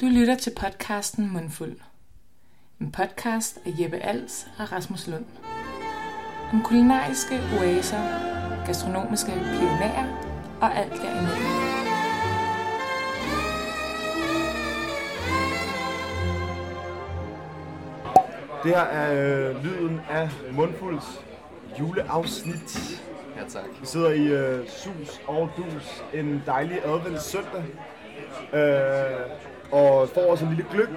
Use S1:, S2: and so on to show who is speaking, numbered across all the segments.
S1: Du lytter til podcasten Mundfuld. En podcast af Jeppe Als og Rasmus Lund. Om kulinariske oaser, gastronomiske pionerer og alt derimellem.
S2: Det her er øh, lyden af Mundfulds juleafsnit.
S3: Ja, tak.
S2: Vi sidder i øh, sus og dus en dejlig adventssøndag. Øh, og får os en lille gløk.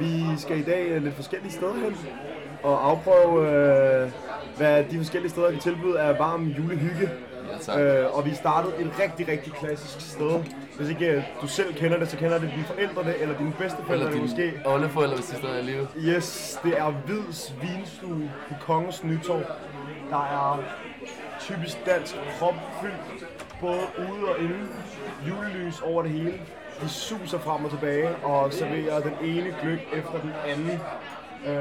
S2: Vi skal i dag øh, lidt forskellige steder hen og afprøve, øh, hvad de forskellige steder kan tilbyde af varm julehygge.
S3: Ja, tak.
S2: Øh, og vi startede et rigtig, rigtig klassisk sted. Hvis ikke øh, du selv kender det, så kender det dine forældre det, eller dine bedsteforældre
S3: Eller
S2: det
S3: din
S2: Øh, måske.
S3: oldeforældre, hvis de stadig er i live.
S2: Yes, det er Hvids Vinstue på Kongens Nytorv. Der er typisk dansk prop fyldt både ude og inde. Julelys over det hele. De suser frem og tilbage og serverer den ene gløk efter den anden. Øh,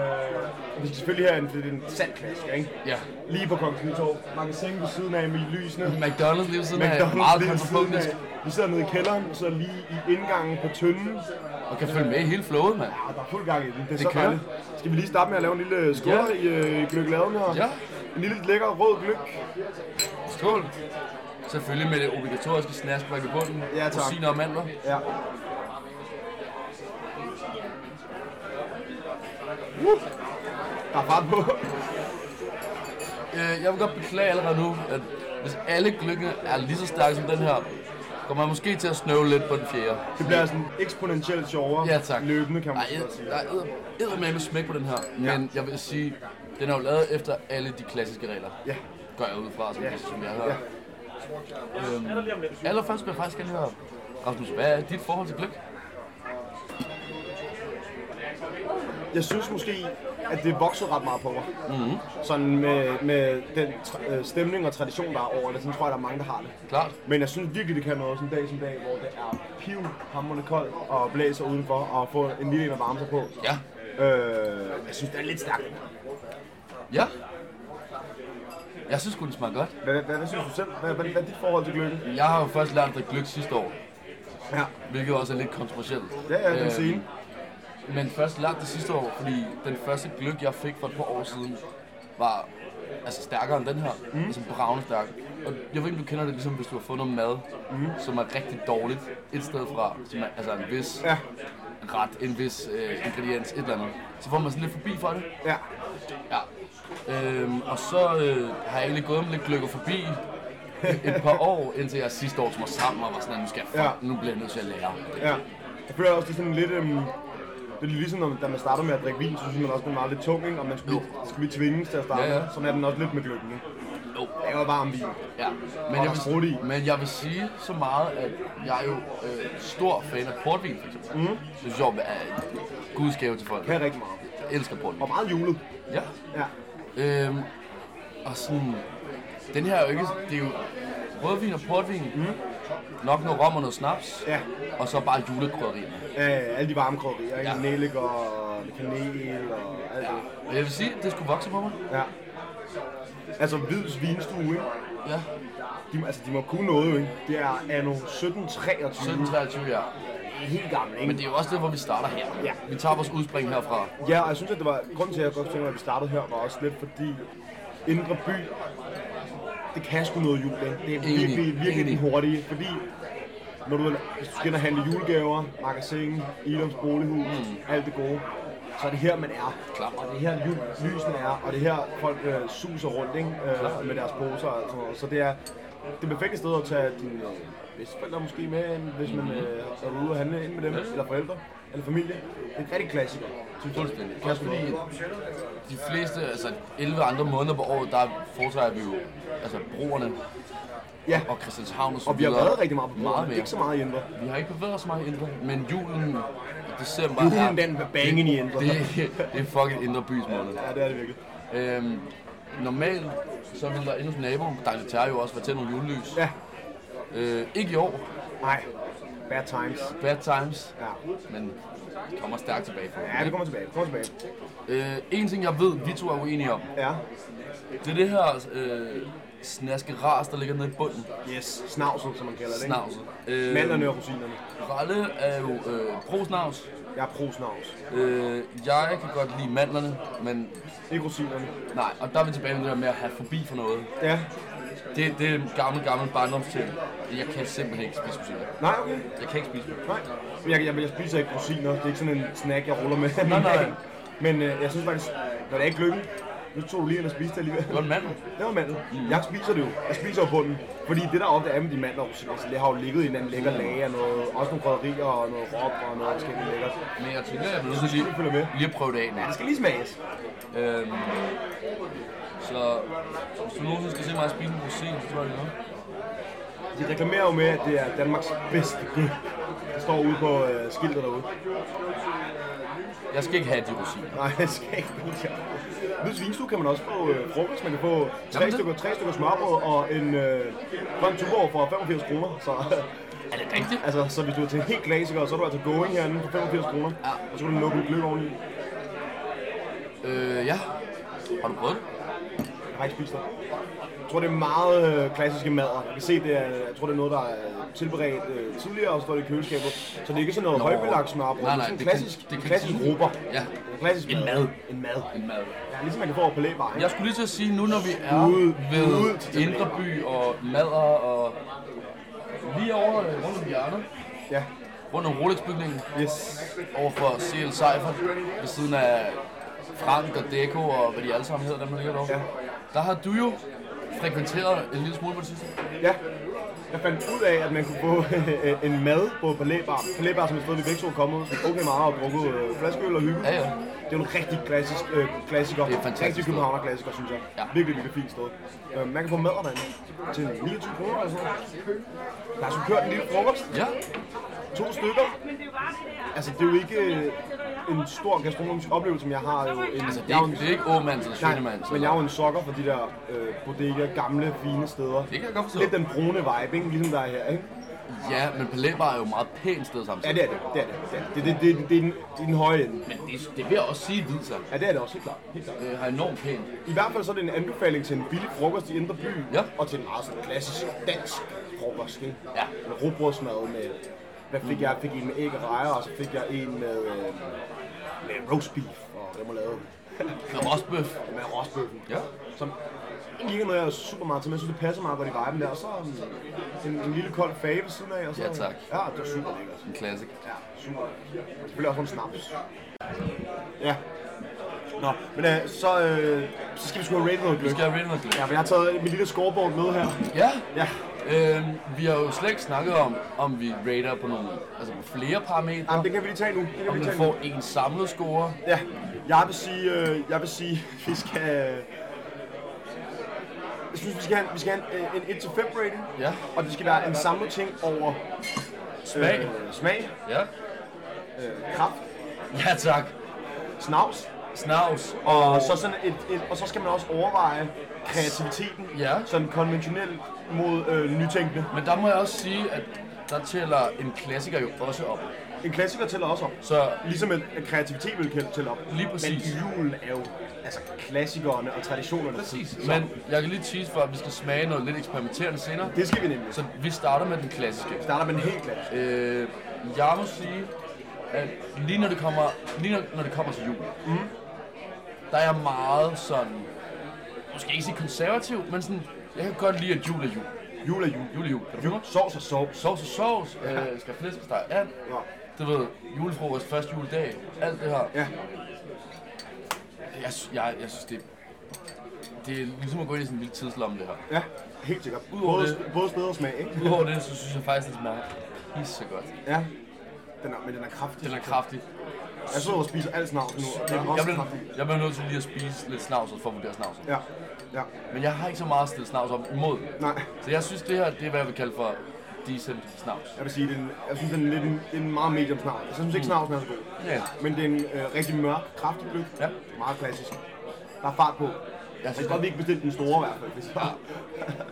S2: og vi skal selvfølgelig have en, det er en sand klassiker, ikke?
S3: Ja.
S2: Lige på Kongens Nytorv. Magasin ved siden af med lysene.
S3: McDonald's lige ved siden af er meget
S2: McDonald's lige ved siden
S3: kontrapunktisk.
S2: af. Vi sidder nede i kælderen, så lige i indgangen på tønden.
S3: Og kan følge med i hele flowet, mand.
S2: Ja, der er fuld gang i den. Det er det så
S3: kører.
S2: dejligt. Skal vi lige starte med at lave en lille skål
S3: Ja.
S2: i øh, gløgladen her?
S3: Ja.
S2: En lille lækker rød gløk.
S3: Skål. Selvfølgelig med det obligatoriske snaskbræk i bunden.
S2: Ja, tak.
S3: Rosiner og mandler.
S2: Ja. Uh. Der er fart på.
S3: Øh, Jeg vil godt beklage allerede nu, at hvis alle gløkkene er lige så stærke som den her, kommer man måske til at snøve lidt på den fjerde.
S2: Det bliver sådan eksponentielt sjovere
S3: Ja, tak.
S2: løbende, kan man
S3: Ej,
S2: godt sige.
S3: der er eddermame smæk på den her, men jeg vil sige, den er jo lavet efter alle de klassiske regler.
S2: Ja.
S3: Går jeg ud fra, som,
S2: Ja.
S3: yeah. som jeg har. Yeah. Øhm, allerførst vil jeg faktisk gerne høre, Rasmus, hvad er dit forhold til gløk?
S2: Jeg synes måske, at det voksede ret meget på mig. Mm-hmm.
S3: Mhm.
S2: Sådan med, med den tra- øh, stemning og tradition, der er over det. Sådan tror jeg, der er mange, der har det.
S3: Klart.
S2: Men jeg synes virkelig, det kan noget sådan en dag som dag, hvor det er piv, hammerende koldt og blæser udenfor og få en lille en at varme sig på.
S3: Ja.
S2: Øh, jeg synes, det er lidt stærkt.
S3: Ja. Jeg synes sgu, den smager godt.
S2: Hvad, hvad, hvad synes du selv? Hvad, hvad, hvad er dit forhold til gløggen?
S3: Jeg har jo først lært at drikke gløk sidste år,
S2: Ja,
S3: hvilket også er lidt kontroversielt.
S2: det er den
S3: Øhm,
S2: scene.
S3: Men først lærte det sidste år, fordi den første gløk, jeg fik for et par år siden, var altså stærkere end den her. Mm. Altså bravende stærk. Og jeg ved ikke, om du kender det, ligesom hvis du har fået noget mad, mm. som er rigtig dårligt et sted fra, som er, altså en vis
S2: Ja.
S3: ret, en vis øh, ingrediens, et eller andet. Så får man sådan lidt forbi for det.
S2: Ja,
S3: Ja. Øhm, og så øh, har jeg egentlig gået med lidt gløkker forbi et par år, indtil jeg sidste år tog mig sammen og var sådan, at nu, skal jeg, fuck, nu bliver jeg nødt til at lære.
S2: ja. Jeg føler også, det er sådan lidt... Øhm, det er ligesom, når da man starter med at drikke vin, så synes man også, den er meget lidt tung, ikke? Og man skulle, lige- skulle lige tvinges til at starte.
S3: Ja,
S2: Ja,
S3: ja.
S2: ja. Sådan er den også lidt med gløggen, ikke?
S3: Jo,
S2: Det er jo varm vin.
S3: Ja, men
S2: Og
S3: jeg,
S2: der er sprut i.
S3: vil, men jeg vil sige så meget, at jeg er jo øh, stor fan af portvin, for eksempel. Mm. Det synes jeg er guds gave til folk.
S2: Kan
S3: Jeg
S2: rigtig meget.
S3: elsker portvin.
S2: Og meget julet.
S3: Ja.
S2: Ja.
S3: Øhm, og sådan, den her er jo ikke, det er jo rødvin og portvin, mm. nok noget rom og noget snaps,
S2: Ja.
S3: og så bare julekrydderier.
S2: Øh, alle de varme krydderier, ikke?
S3: Ja.
S2: Nellik og kanel og alt det.
S3: Og jeg vil sige, at det skulle vokse på mig.
S2: Ja. Altså, Hvids Vinstue, ikke?
S3: Ja,
S2: De, må- altså, de må kunne noget, jo, ikke? Det er anno 1723.
S3: 17-23 ja.
S2: Helt gammel, ikke?
S3: Men det er jo også det, hvor vi starter her.
S2: Ja.
S3: Vi tager vores udspring herfra.
S2: Ja, og jeg synes, at det var... Grunden til, at jeg godt tænkte mig, at vi startede her, var også lidt fordi... Indre by, det kan sgu noget jul, ikke? Det er
S3: Enig,
S2: virkelig, virkelig den
S3: enig.
S2: hurtige, fordi når du, hvis du skal ind og handle julegaver, magasin, Ilums bolighus, mm. alt det gode, så er det her, man er.
S3: Klar.
S2: Og det er her, jul, lysene er, og det er her, folk øh, suser rundt ikke? Øh, med deres poser og sådan noget. Så det er det perfekte sted at tage dine øh, bedsteforældre måske med, ind, hvis man øh, er ude og handle ind med dem, eller forældre, eller familie. Det er en rigtig klassiker.
S3: Fuldstændig. Også fordi de fleste, altså 11 andre måneder på året, der foretrækker vi jo altså broerne
S2: Ja,
S3: og Christianshavn og så
S2: og vi har
S3: videre.
S2: været rigtig meget på
S3: meget
S2: meget
S3: mere.
S2: Ikke så meget i Indre.
S3: Vi har ikke bevæget os meget i Indre, men julen i december
S2: Julen,
S3: er...
S2: den var bangen i Indre.
S3: Det, det er fucking Indre Bys måned.
S2: Ja, det er det virkelig.
S3: Øhm, normalt, så vil der endnu hos naboen, der tager jo også være tændt nogle julelys.
S2: Ja,
S3: Øh, ikke i år,
S2: nej. Bad times.
S3: bad times,
S2: Ja.
S3: men kommer stærkt tilbage for.
S2: Ja, det kommer tilbage. Det kommer tilbage.
S3: Øh, en ting jeg ved, vi to er uenige om,
S2: Ja.
S3: Det er det her øh, snaske ras, der ligger nede i bunden.
S2: Yes, snavset, som man kalder det, ikke?
S3: Snavs. Øh,
S2: Mandlerne og rosinerne.
S3: Ralle er jo øh, pro-snavs.
S2: Jeg er pro-snavs.
S3: Øh, jeg kan godt lide mandlerne, men
S2: Ikke rosinerne.
S3: nej. Og der er vi tilbage med det der med at have forbi for noget.
S2: Ja.
S3: Det, det er en gammel, gammel barndomsting. Jeg kan simpelthen ikke spise rosiner.
S2: Nej, okay.
S3: Jeg kan ikke spise dem.
S2: Nej. Men Jeg, jeg, jeg spiser ikke rosiner. Det er ikke sådan en snack, jeg ruller med.
S3: Nej, nej.
S2: Men øh, jeg synes faktisk, når det er ikke lykken, nu tog du lige ind og spiste det alligevel.
S3: Det var en mandel.
S2: Det var mandel.
S3: Mm.
S2: Jeg spiser det jo. Jeg spiser jo bunden. Fordi det der ofte er med de mandler, altså, det har jo ligget i en anden lækker lag og noget, også nogle krydderier og noget råb og noget forskelligt lækkert.
S3: Men jeg tænker, jeg bliver nødt til
S2: Jeg følger med.
S3: lige, lige at prøve det af.
S2: Ja,
S3: Nat.
S2: det skal lige smages.
S3: Øhm, så hvis du nogensinde skal se mig spise en rosin, så tror jeg det er noget.
S2: De reklamerer jo med, at det er Danmarks bedste kød. Det står ude på øh, skiltet derude.
S3: Jeg skal ikke have de rosiner.
S2: Nej, jeg skal ikke. Nu svinstue kan man også få øh, frokost. Man kan få tre
S3: Jamen, det-
S2: stykker, tre stykker smørbrød og en øh, grøn tuborg for 85 kroner. Så,
S3: Er det rigtigt?
S2: altså, så hvis du er til en helt klassiker, så er du altså going herinde for 85 kroner.
S3: Ja.
S2: Og så kan du lukke en gløb oveni. Jeg
S3: Øh, ja. Har du prøvet det?
S2: har ikke spist det. Jeg tror, det er meget øh, klassiske mader. Jeg kan se, det er, jeg tror, det er noget, der er tilberedt øh, tidligere, og så står det i køleskabet. Så det er ikke sådan noget
S3: Nå.
S2: højbelagt smørbrød.
S3: Nej, nej,
S2: det er sådan en
S3: det kan-
S2: klassisk,
S3: det kan-
S2: klassisk råber.
S3: Ja.
S2: En klassisk
S3: En
S2: mad.
S3: mad.
S2: En mad.
S3: En mad.
S2: Ja, ligesom man kan få over på læbaren.
S3: Jeg skulle lige til at sige, nu når vi er
S2: Ude-
S3: ved
S2: ude til tilbage.
S3: Indre By og Mader og lige over øh, rundt om hjørnet,
S2: Ja.
S3: rundt om Rolex-bygningen,
S2: Yes.
S3: over for CL Seifert, ved siden af Frank og Deco og hvad de alle sammen hedder, dem der ligger derovre.
S2: Ja.
S3: Der har du jo frekventeret en lille smule på det sidste.
S2: Ja. Jeg fandt ud af, at man kunne få øh, en mad på Palæbar. Palæbar, som et sted, vi begge to er kommet okay meget og drukket øh, flaskeøl og hygge.
S3: Ja, ja.
S2: Det er jo en rigtig klassisk øh, klassiker.
S3: Det er et fantastisk
S2: Rigtig
S3: sted.
S2: københavner-klassiker, synes jeg.
S3: Ja.
S2: Virkelig, virkelig fint sted. Øh, man kan få mad derinde til 29 kroner eller sådan noget. Der er så kørt en lille frokost.
S3: Ja,
S2: To stykker. Altså, det er jo ikke øh, en stor gastronomisk oplevelse, men jeg har jo en...
S3: altså det
S2: jeg
S3: er
S2: jo
S3: ikke, det er ikke Åmands eller
S2: Nej,
S3: Svinemands.
S2: men jeg er jo en sokker for de der øh, bodegaer, gamle, fine steder. Det
S3: kan jeg godt forstå.
S2: Lidt den brune vibe, ikke? ligesom der er her, ikke?
S3: Ja, men Palæbar er jo et meget pænt sted
S2: Ja,
S3: samtidig.
S2: det er det. Det er det. Det er det. Det, det, det, det, det, er den, det er den høje ende.
S3: Men det, det vil jeg også sige, Hvidsa.
S2: Ja, det er det også, helt klart. Helt klart.
S3: Det har enormt pænt.
S2: I hvert fald så er det en anbefaling til en billig frokost i Indre By,
S3: Ja.
S2: og til en meget sådan klassisk dansk frokost, ikke?
S3: Ja.
S2: Med rugbrødsmad med... Hvad fik jeg? Jeg fik en med æg og rejer, og så fik jeg en med, øh, med roast beef og remoulade
S3: Med rostbøf.
S2: med rostbøffen.
S3: Ja.
S2: som egentlig ikke er noget, jeg er super meget til, men jeg synes, det passer meget godt i viben der. Og så um, en, en lille kold fage ved siden af. Og så,
S3: Ja, tak.
S2: Ja, det var super lækkert.
S3: En klassik.
S2: Ja, super lækkert. Selvfølgelig også en snaps. Ja. Nå, men øh, så, øh, så skal vi sgu have rated noget
S3: Nu
S2: gløb.
S3: skal jeg rate noget gløb.
S2: Ja, for jeg har taget mit lille scoreboard med her.
S3: Ja.
S2: Ja,
S3: Øhm, vi har jo slet ikke snakket om, om vi rater på nogle, altså på flere parametre.
S2: Jamen, det kan vi lige tage nu. Det kan
S3: Om
S2: vi lige
S3: man
S2: tage nu.
S3: får en samlet score.
S2: Ja, jeg vil sige, øh, jeg vil sige, vi skal... øh, Jeg synes, vi skal have, vi skal have en, øh, en 1-5 rating.
S3: Ja.
S2: Og det skal være en samlet ting over
S3: Smag.
S2: Øh, smag,
S3: Ja.
S2: øh, kraft,
S3: Ja, tak.
S2: snavs,
S3: Snavs.
S2: og så, sådan et, et, og så skal man også overveje kreativiteten,
S3: Ja.
S2: sådan konventionelt mod øh, nytænkende.
S3: Men der må jeg også sige, at der tæller en klassiker jo også op.
S2: En klassiker tæller også op.
S3: Så
S2: Ligesom at at kreativitet vil kæ- tælle op.
S3: Lige præcis.
S2: Men julen er jo altså klassikerne og traditionerne. Så
S3: Men jeg kan lige tease for, at vi skal smage noget lidt eksperimenterende senere.
S2: det skal vi nemlig. Så
S3: Så vi starter med den klassiske.
S2: starter man helt klassisk.
S3: Øh, jeg må sige, at lige når det kommer, lige når, når det kommer til jul, mm. der er jeg meget sådan, måske ikke sige konservativ, men sådan, jeg kan godt lide, at jul er jul.
S2: Jul er jul.
S3: Jul er jul. Kan du følge
S2: Jul,
S3: mig?
S2: sovs og sovs.
S3: Sovs og sovs, øh, skal flæskesteg and,
S2: Nå.
S3: du ved, julefrokost, første juledag, alt det her.
S2: Ja,
S3: Jeg, sy- jeg, jeg synes, det, det er ligesom at gå ind i sådan en lille tidslomme, det her.
S2: ja, helt sikkert.
S3: Udover
S2: Både,
S3: det-
S2: både spæd og smag, ikke?
S3: Udover det, så synes jeg faktisk, det smager pisse godt.
S2: Ja. Den er, men den er kraftig.
S3: Den er kraftig.
S2: Jeg sidder og spiser alt snart nu, og den er
S3: Jeg
S2: også
S3: bliver,
S2: kraftig.
S3: jeg bliver nødt til lige at spise lidt snavset for at vurdere snavset.
S2: Ja, ja.
S3: Men jeg har ikke så meget at stille snavs op imod.
S2: Nej,
S3: Så jeg synes, det her det er, hvad jeg vil kalde for decent snavs.
S2: jeg vil sige, den, jeg synes, den er, lidt, en- det er en meget medium snart. Jeg synes ikke, snarsen er så god.
S3: Ja.
S2: Men det er en øh, rigtig mørk, kraftig gløb.
S3: Ja.
S2: Meget klassisk. Der er fart på. Jeg synes
S3: synes,
S2: godt,
S3: det-
S2: vi ikke bestilte den store i hvert fald. Hvis ja.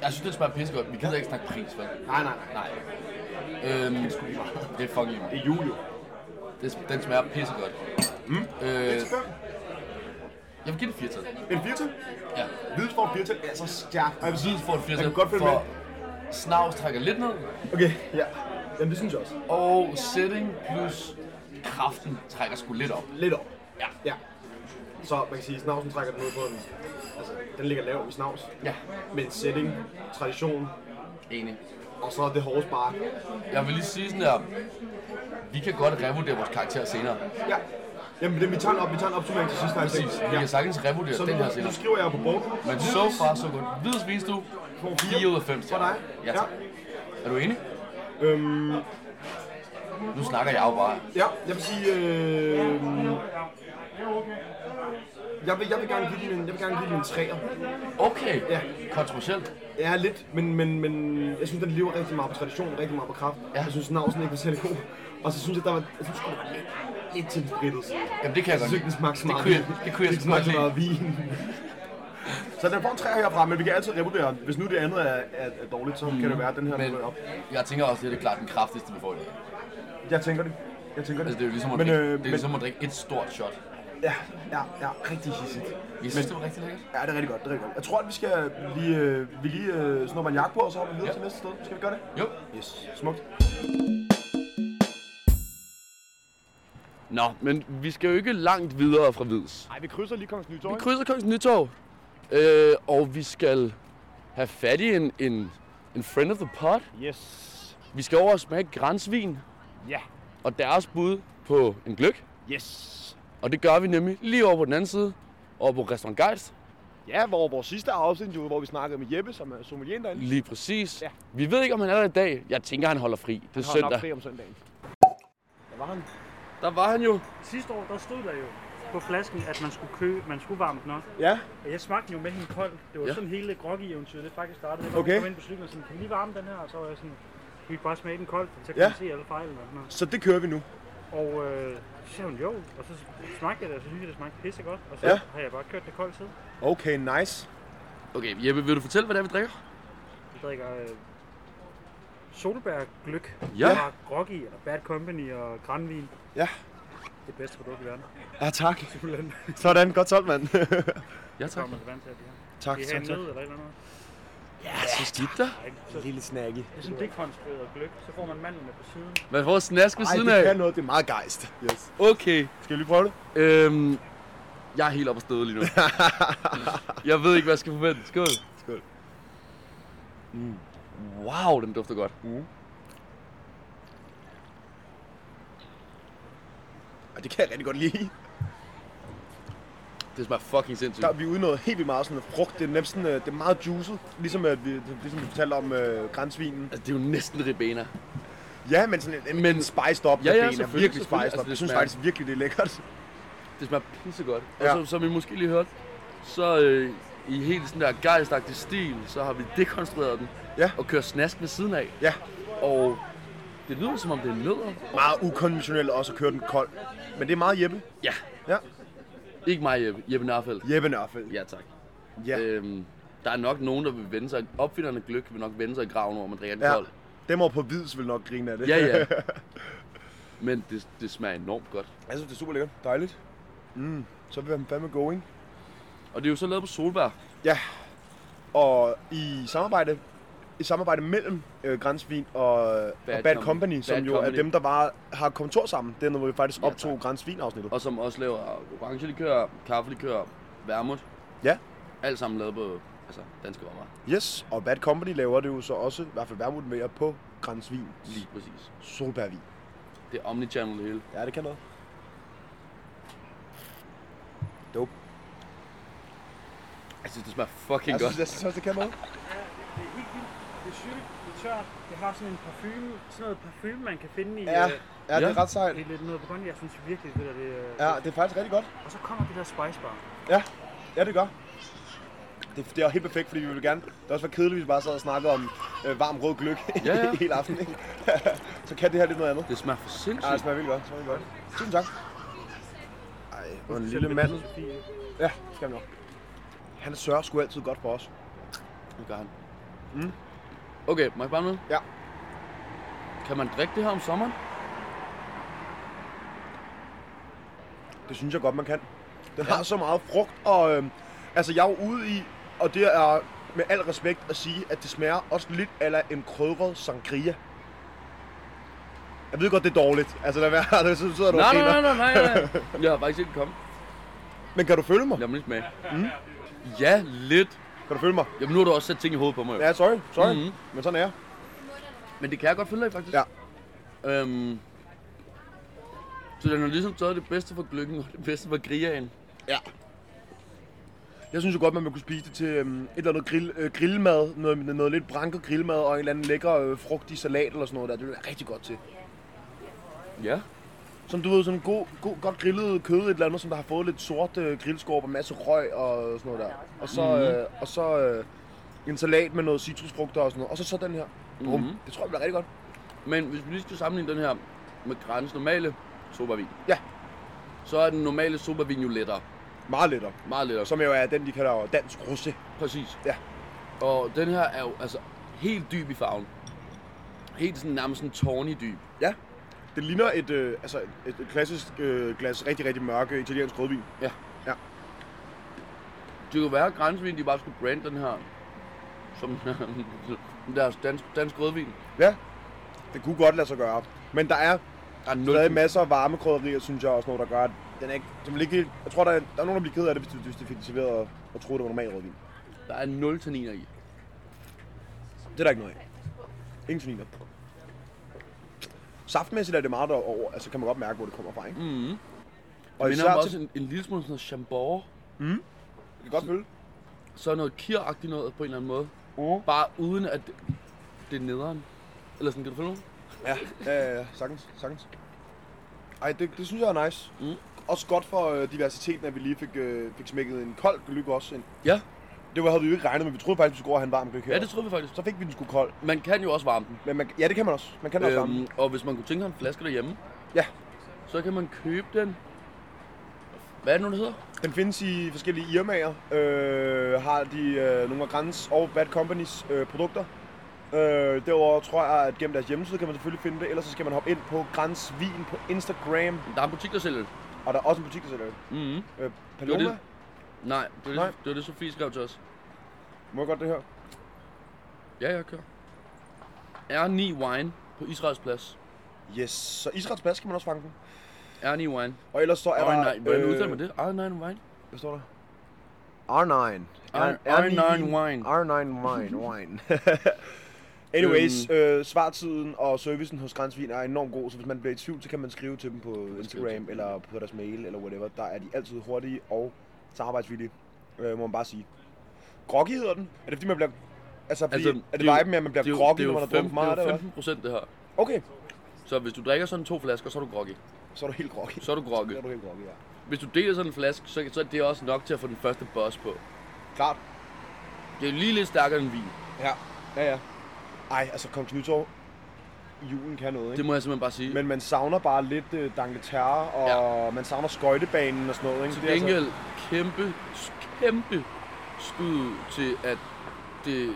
S3: Jeg synes, det smager pissegodt. Vi gider ikke snakke pris, vel?
S2: Nej, nej, nej.
S3: Nej. Øhm, det er fucking
S2: Det
S3: mig.
S2: er jul jo.
S3: Det, den smager pissegodt. Mm. Øh,
S2: Skøn.
S3: Jeg vil give det et firtal.
S2: En firtal?
S3: Ja.
S2: Hvidens får et firtal er så stærkt. Og jeg vil sige,
S3: Syd får et firtal.
S2: Jeg kan godt følge
S3: for Snavs trækker lidt ned,
S2: okay, ja. Jamen det synes jeg også.
S3: og setting plus kraften trækker sgu lidt op.
S2: Lidt op.
S3: Ja.
S2: Ja. Så man kan sige, at snavsen trækker den ud på den. Altså, den ligger lav i snavs.
S3: Ja,
S2: Men setting, tradition,
S3: enig.
S2: og så det hårde spark.
S3: Jeg vil lige sige sådan her, vi kan godt revurdere vores karakter senere.
S2: Ja. Jamen, det, vi tager en, op, vi tager en opsummering til sidst.
S3: Præcis, vi
S2: Ja.
S3: kan sagtens revurdere
S2: Så
S3: den her
S2: nu, nu
S3: senere.
S2: skriver jeg jo på bordet.
S3: Men så so far, så godt. Hvides vinstue, 4 ud af 5
S2: For dig?
S3: Ja, tak. Er du enig?
S2: Øhm,
S3: Nu snakker jeg jo bare.
S2: ja, jeg vil sige... Øh, jeg vil, jeg vil gerne give den en, jeg vil gerne give den en træer.
S3: Okay,
S2: Ja.
S3: kontroversielt.
S2: Ja, lidt, men, men, men jeg synes, den lever rigtig meget på tradition, rigtig meget på kraft.
S3: Ja.
S2: Jeg synes, Navsen ikke var særlig god. Og så synes jeg, der var, jeg synes, sgu, der var lidt, lidt til Brittles.
S3: Jamen det kan
S2: Jeg
S3: jeg godt
S2: synes ikke, den
S3: lide.
S2: smagte så
S3: Det
S2: meget.
S3: kunne jeg, det kunne jeg
S2: Den
S3: sgu godt
S2: smagte så
S3: lide.
S2: meget vin. Så den får en træer herfra, men vi kan altid revurdere. Hvis nu det andet er, er, er dårligt, så kan det være, at den her
S3: Men
S2: Mm. men... op.
S3: jeg tænker også, det er klart den kraftigste, vi får i dag.
S2: Jeg tænker det. Jeg tænker det.
S3: Altså, det er jo ligesom at,
S2: men,
S3: drikke,
S2: øh,
S3: det er
S2: men,
S3: ligesom at drikke et stort shot.
S2: Ja, ja, ja, rigtig hissigt.
S3: Jeg synes, det var rigtig lækkert.
S2: Ja, det er rigtig godt, det er rigtig godt. Jeg tror, at vi skal lige, øh, vi lige øh, snupper en jakke på, og så hopper vi videre
S3: Ja.
S2: til næste sted. Skal vi gøre det?
S3: Jo.
S2: Yes. Smukt.
S3: Nå, men vi skal jo ikke langt videre fra Hvids.
S2: Nej, vi krydser lige Kongens Nytorv.
S3: Vi krydser Kongens Nytorv, øh, og vi skal have fat i en, en, en friend of the pot.
S2: Yes.
S3: Vi skal over og smage grænsvin
S2: Ja.
S3: og deres bud på en gløk.
S2: Yes.
S3: Og det gør vi nemlig lige over på den anden side, over på Restaurant Geist.
S2: Ja, hvor vores sidste afsnit, jo, hvor vi snakkede med Jeppe, som er sommelier derinde.
S3: Lige præcis.
S2: Ja.
S3: Vi ved ikke, om han er der i dag. Jeg tænker, han holder fri. Det er
S2: Han har nok
S3: søndag.
S2: fri om søndagen. Der var han.
S3: Der var han jo.
S4: Sidste år, der stod der jo på flasken, at man skulle købe, man skulle varme den op.
S2: Ja.
S4: Og jeg smagte den jo med hende kold. Det var
S3: Ja.
S4: ja. sådan hele groggy-eventyret, det faktisk startede. Jeg
S2: Okay.
S4: kom ind på cyklen og sådan, kan vi lige varme den her? Og så var jeg sådan, vi kan bare smage den kold, så kan
S2: Ja.
S4: ja. se alle fejlene og sådan noget.
S2: Så det kører vi nu.
S4: Og øh, så sagde hun jo, og så smagte jeg det, og så synes jeg, det smagte pisse godt. Og så
S2: Ja.
S4: ja. har jeg bare kørt det koldt siden.
S2: Okay, nice.
S3: Okay, Jeppe, vil du fortælle, hvad det er, vi drikker?
S4: Vi drikker øh, solbærgløk
S3: Ja.
S4: fra Groggy, eller Bad Company og Granvin.
S2: Ja.
S4: Det bedste produkt i verden.
S2: Ja, tak. Sådan, godt solgt, mand.
S3: Ja, tak.
S4: Kommer det vant til, at det her.
S2: tak,
S4: Det er
S2: tak, tak.
S4: hernede eller et eller andet.
S3: Ja, så skidt da.
S4: Nej, så
S2: Lille snakke.
S4: Det er sådan dekonstrueret gløk, så får man mandlerne på siden.
S3: Man får snask ved
S2: Ej,
S3: siden
S2: det
S3: af.
S2: kan noget. Det er meget gejst. Yes.
S3: Okay.
S2: Skal vi lige prøve det?
S3: Øhm, jeg er helt oppe at støde lige nu. jeg ved ikke, hvad jeg skal forvente. Skål.
S2: Skål.
S3: Mm. Wow, den dufter godt.
S2: Mm. Og det kan jeg rigtig godt lide.
S3: Det smager fucking sindssygt.
S2: Der, vi er ude i noget helt vildt meget sådan noget frugt. Det er nemt sådan, øh, det er meget juicet, ligesom, at vi, ligesom vi fortalte om øh, grænsvinen.
S3: Altså, det er jo næsten ribena.
S2: Ja, men sådan en, men, en spiced up
S3: Ja, ja,
S2: ribena.
S3: selvfølgelig,
S2: virkelig
S3: selvfølgelig.
S2: spiced
S3: Altså,
S2: up.
S3: det
S2: Jeg synes
S3: smager-
S2: faktisk virkelig, det er lækkert.
S3: Det smager pissegodt.
S2: Ja.
S3: Og som, som I måske lige hørte, så øh, i helt sådan der gejstagtig stil, så har vi dekonstrueret den.
S2: Ja.
S3: Og kørt snask ved siden af.
S2: Ja,
S3: Og det lyder som om det er nødder.
S2: meget ukonventionelt også at køre den kold. Men det er meget Jeppe.
S3: Ja.
S2: Ja.
S3: Ikke mig, Jeppe, Jeppe Narfeldt.
S2: Jeppe Nørfeldt.
S3: Ja, tak.
S2: ja.
S3: Øhm, der er nok nogen, der vil vende sig. Opfinderne af gløk vil nok vende sig i graven over, at man drikker den
S2: Ja.
S3: kold.
S2: Dem over på Hvids vil nok grine af det.
S3: Ja, ja. Men det, det smager enormt godt.
S2: Jeg synes, det er super lækkert. Dejligt. Mm, så vil vi fandme going.
S3: Og det er jo så lavet på solbær.
S2: Ja. Og i samarbejde i samarbejde mellem øh, Grænsvin og Bad, og Bad Company,
S3: Company.
S2: Company som
S3: Bad
S2: jo
S3: Company.
S2: er dem, der var, har kontor sammen. Det er, når vi faktisk
S3: Ja,
S2: optog Grænsvin-afsnittet.
S3: Og som også laver orange likør, kaffe likør, vermut.
S2: Ja.
S3: Alt sammen lavet på altså, danske råvarer.
S2: Yes, og Bad Company laver det jo så også, i hvert fald værmut med jer på Grænsvin.
S3: Lige præcis.
S2: Solbærvin.
S3: Det er omnichannel det hele.
S2: Ja, det kan noget. Dope.
S3: Jeg synes, det smager fucking
S2: Jeg
S3: godt.
S2: synes, jeg synes, også, det kan noget.
S4: Det er helt vildt. Det er sygt. Det er tørt. Det har sådan en parfume, sådan noget parfume, man kan finde i
S2: Ja,
S4: øh,
S2: ja, det er
S3: Ja.
S2: ret sejt.
S4: i lidt noget på grønne. Jeg synes virkelig, det der det, øh,
S2: Ja, det er faktisk rigtig godt.
S4: Og så kommer det der spice bar.
S2: Ja, ja det gør. Det, det er helt perfekt, fordi vi vil gerne... Det har også været kedeligt, hvis vi bare sad og snakkede om øh, varm rød gløk
S3: Ja, ja.
S2: hele aftenen. Ikke? så kan det her lidt noget andet.
S3: Det smager for
S2: Ja, Ah, det
S3: sindssygt.
S2: smager vildt godt. Det smager vildt godt. Tusind tak. Ej, hvor en lille mand. Ja, det skal han nok. Han sørger sgu altid godt for os.
S3: Det gør han. Mm. Okay, må jeg bare med?
S2: Ja.
S3: Kan man drikke det her om sommeren?
S2: Det synes jeg godt, man kan. Den ja. har så meget frugt, og øhm, altså jeg er jo ude i, og det er med al respekt at sige, at det smager også lidt af en krydret sangria. Jeg ved godt, det er dårligt. Altså, lad være, det sidder du og
S3: Nej,
S2: griner.
S3: nej, nej, nej, nej. Jeg har faktisk ikke kommet.
S2: Men kan du følge mig?
S3: Lad mig lige smage. Mm. Ja, lidt.
S2: Kan du følge mig?
S3: Jamen nu har du også sat ting i hovedet på mig. Jo.
S2: Ja, sorry, sorry.
S3: Mhm.
S2: Mm-hmm. Men sådan er jeg.
S3: Men det kan jeg godt følge dig, faktisk.
S2: Ja.
S3: Øhm, så den har ligesom taget det bedste for gløggen og det bedste for griaen.
S2: Jeg synes jo godt, man vil kunne spise det til øhm, et eller andet grill, øh, grillmad, noget, noget lidt branket grillmad og en eller anden lækker øh, frugtig salat eller sådan noget der. Det vil være rigtig godt til.
S3: Ja.
S2: Som du ved, sådan en god, god, godt grillet kød, et eller andet, som der har fået lidt sort øh, grillskorp og masse røg og sådan noget der. Og så,
S3: Mhm.
S2: øh, og så øh, en salat med noget citrusfrugter og sådan noget. Og så så den her. Bum.
S3: Mhm.
S2: Det tror jeg bliver rigtig godt.
S3: Men hvis vi lige skal sammenligne den her med Grans normale sopavin.
S2: Ja.
S3: Så er den normale sopavin jo lettere.
S2: Meget lettere.
S3: Meget lettere.
S2: Som jo er den, de kalder dansk russe.
S3: Præcis.
S2: Ja.
S3: Og den her er jo altså helt dyb i farven. Helt sådan nærmest sådan tårnig dyb.
S2: Ja. Det ligner et, øh, altså et, et, et klassisk øh, glas rigtig, rigtig mørke italiensk rødvin.
S3: Det kunne være, at Grænsevin, de bare skulle brande den her som deres dansk, dansk rødvin.
S2: Ja, det kunne godt lade sig gøre. Men der er
S3: Der er nul
S2: stadig
S3: på.
S2: masser af varme krydderier, synes jeg også, noget, der gør, at den er ikke, som ikke, helt- jeg tror, der er, der er nogen, der bliver ked af det, hvis de, hvis de fik det serveret og, og troede, det var normal rødvin.
S3: Der er 0 tanniner i.
S2: Det er der ikke noget af. Ingen turniner. Saftmæssigt er det meget derovre, altså kan man godt mærke, hvor det kommer fra, ikke?
S3: Mm-hmm. Og
S2: og
S3: minder
S2: især
S3: mig
S2: til,
S3: også en, en lille smule sådan noget chambord.
S2: det kan godt følge.
S3: Så noget kiragtigt noget på en eller anden måde.
S2: Uh.
S3: Bare uden at det, det er nederen. Eller sådan, kan du følge mig?
S2: Ja, ja, ja, ja, sagtens, sagtens. Ej, det, det synes jeg er nice.
S3: Mm.
S2: Også godt for øh, diversiteten, at vi lige fik, øh, fik smækket en kold gløb også ind.
S3: Ja.
S2: Det var- havde vi jo ikke regnet med, vi troede faktisk, vi skulle over og have en varm gløb her.
S3: Ja, det tror vi faktisk.
S2: Så fik vi den sgu kold.
S3: Man kan jo også varme den.
S2: Men man, ja, det kan man også. Man kan også varme.
S3: Øhm, og hvis man kunne tænke sig en flaske derhjemme,
S2: Ja.
S3: så kan man købe den. Hvad er det nu, det hedder?
S2: Den findes i forskellige Irmager. Øh, har de øh, nogle af Grants og Bad Companies øh, produkter. Øh, derudover tror jeg, at gennem deres hjemmeside kan man selvfølgelig finde det. Ellers så skal man hoppe ind på Grants Vin på Instagram.
S3: Der er en butik, der sælger det.
S2: Og der er også en butik, der sælger det.
S3: Mm-hmm.
S2: øh, Paloma.
S3: Det var det. Nej, det var det,
S2: Nej.
S3: det, var det Sofie skrev til os.
S2: Må jeg godt det her?
S3: Ja, jeg kører. R9 Wine på Israels plads.
S2: Yes. Så Israels Plads kan man også fange den.
S3: R9 Wine.
S2: Og ellers så er der... øh,
S3: R9, hvordan udtaler man det? R9 Wine?
S2: Hvad står der? R9.
S3: R- R9 wine. Øhm.
S2: R9 wine. wine. Anyways, øh, svartiden og servicen hos Grænsvin er enormt god, så hvis man bliver i tvivl, så kan man skrive til dem på Instagram eller på deres mail eller whatever. Der er de altid hurtige og samarbejdsvillige, øh, må man bare sige. Groggy hedder den. Er det fordi, man bliver... Altså, fordi, altså er det
S3: jo-
S2: viben med, at man
S3: det er
S2: bliver
S3: jo-
S2: groggy,
S3: det er
S2: når
S3: jo
S2: man har drukket for
S3: fem-
S2: meget?
S3: Det er jo
S2: eller
S3: 15 procent, det her.
S2: hvad? Okay,
S3: Så hvis du drikker sådan to flasker, så er du groggy.
S2: så er du helt groggy.
S3: Så er du groggy.
S2: Så er du helt groggy, ja.
S3: Hvis du deler sådan en flaske, så, så er det også nok til at få den første boss på.
S2: Klart.
S3: Det er jo lige lidt stærkere end vin.
S2: Ja. Ja, ja. Ej, altså, Kongens Nytorv. Julen kan noget, ikke?
S3: Det må jeg simpelthen bare sige. Men
S2: Men man savner bare lidt øh, Dangleterre, og ja. man savner skøjtebanen og sådan noget. Ikke?
S3: Til
S2: Det er altså
S3: gengæld kæmpe, kæmpe skud ud til, at det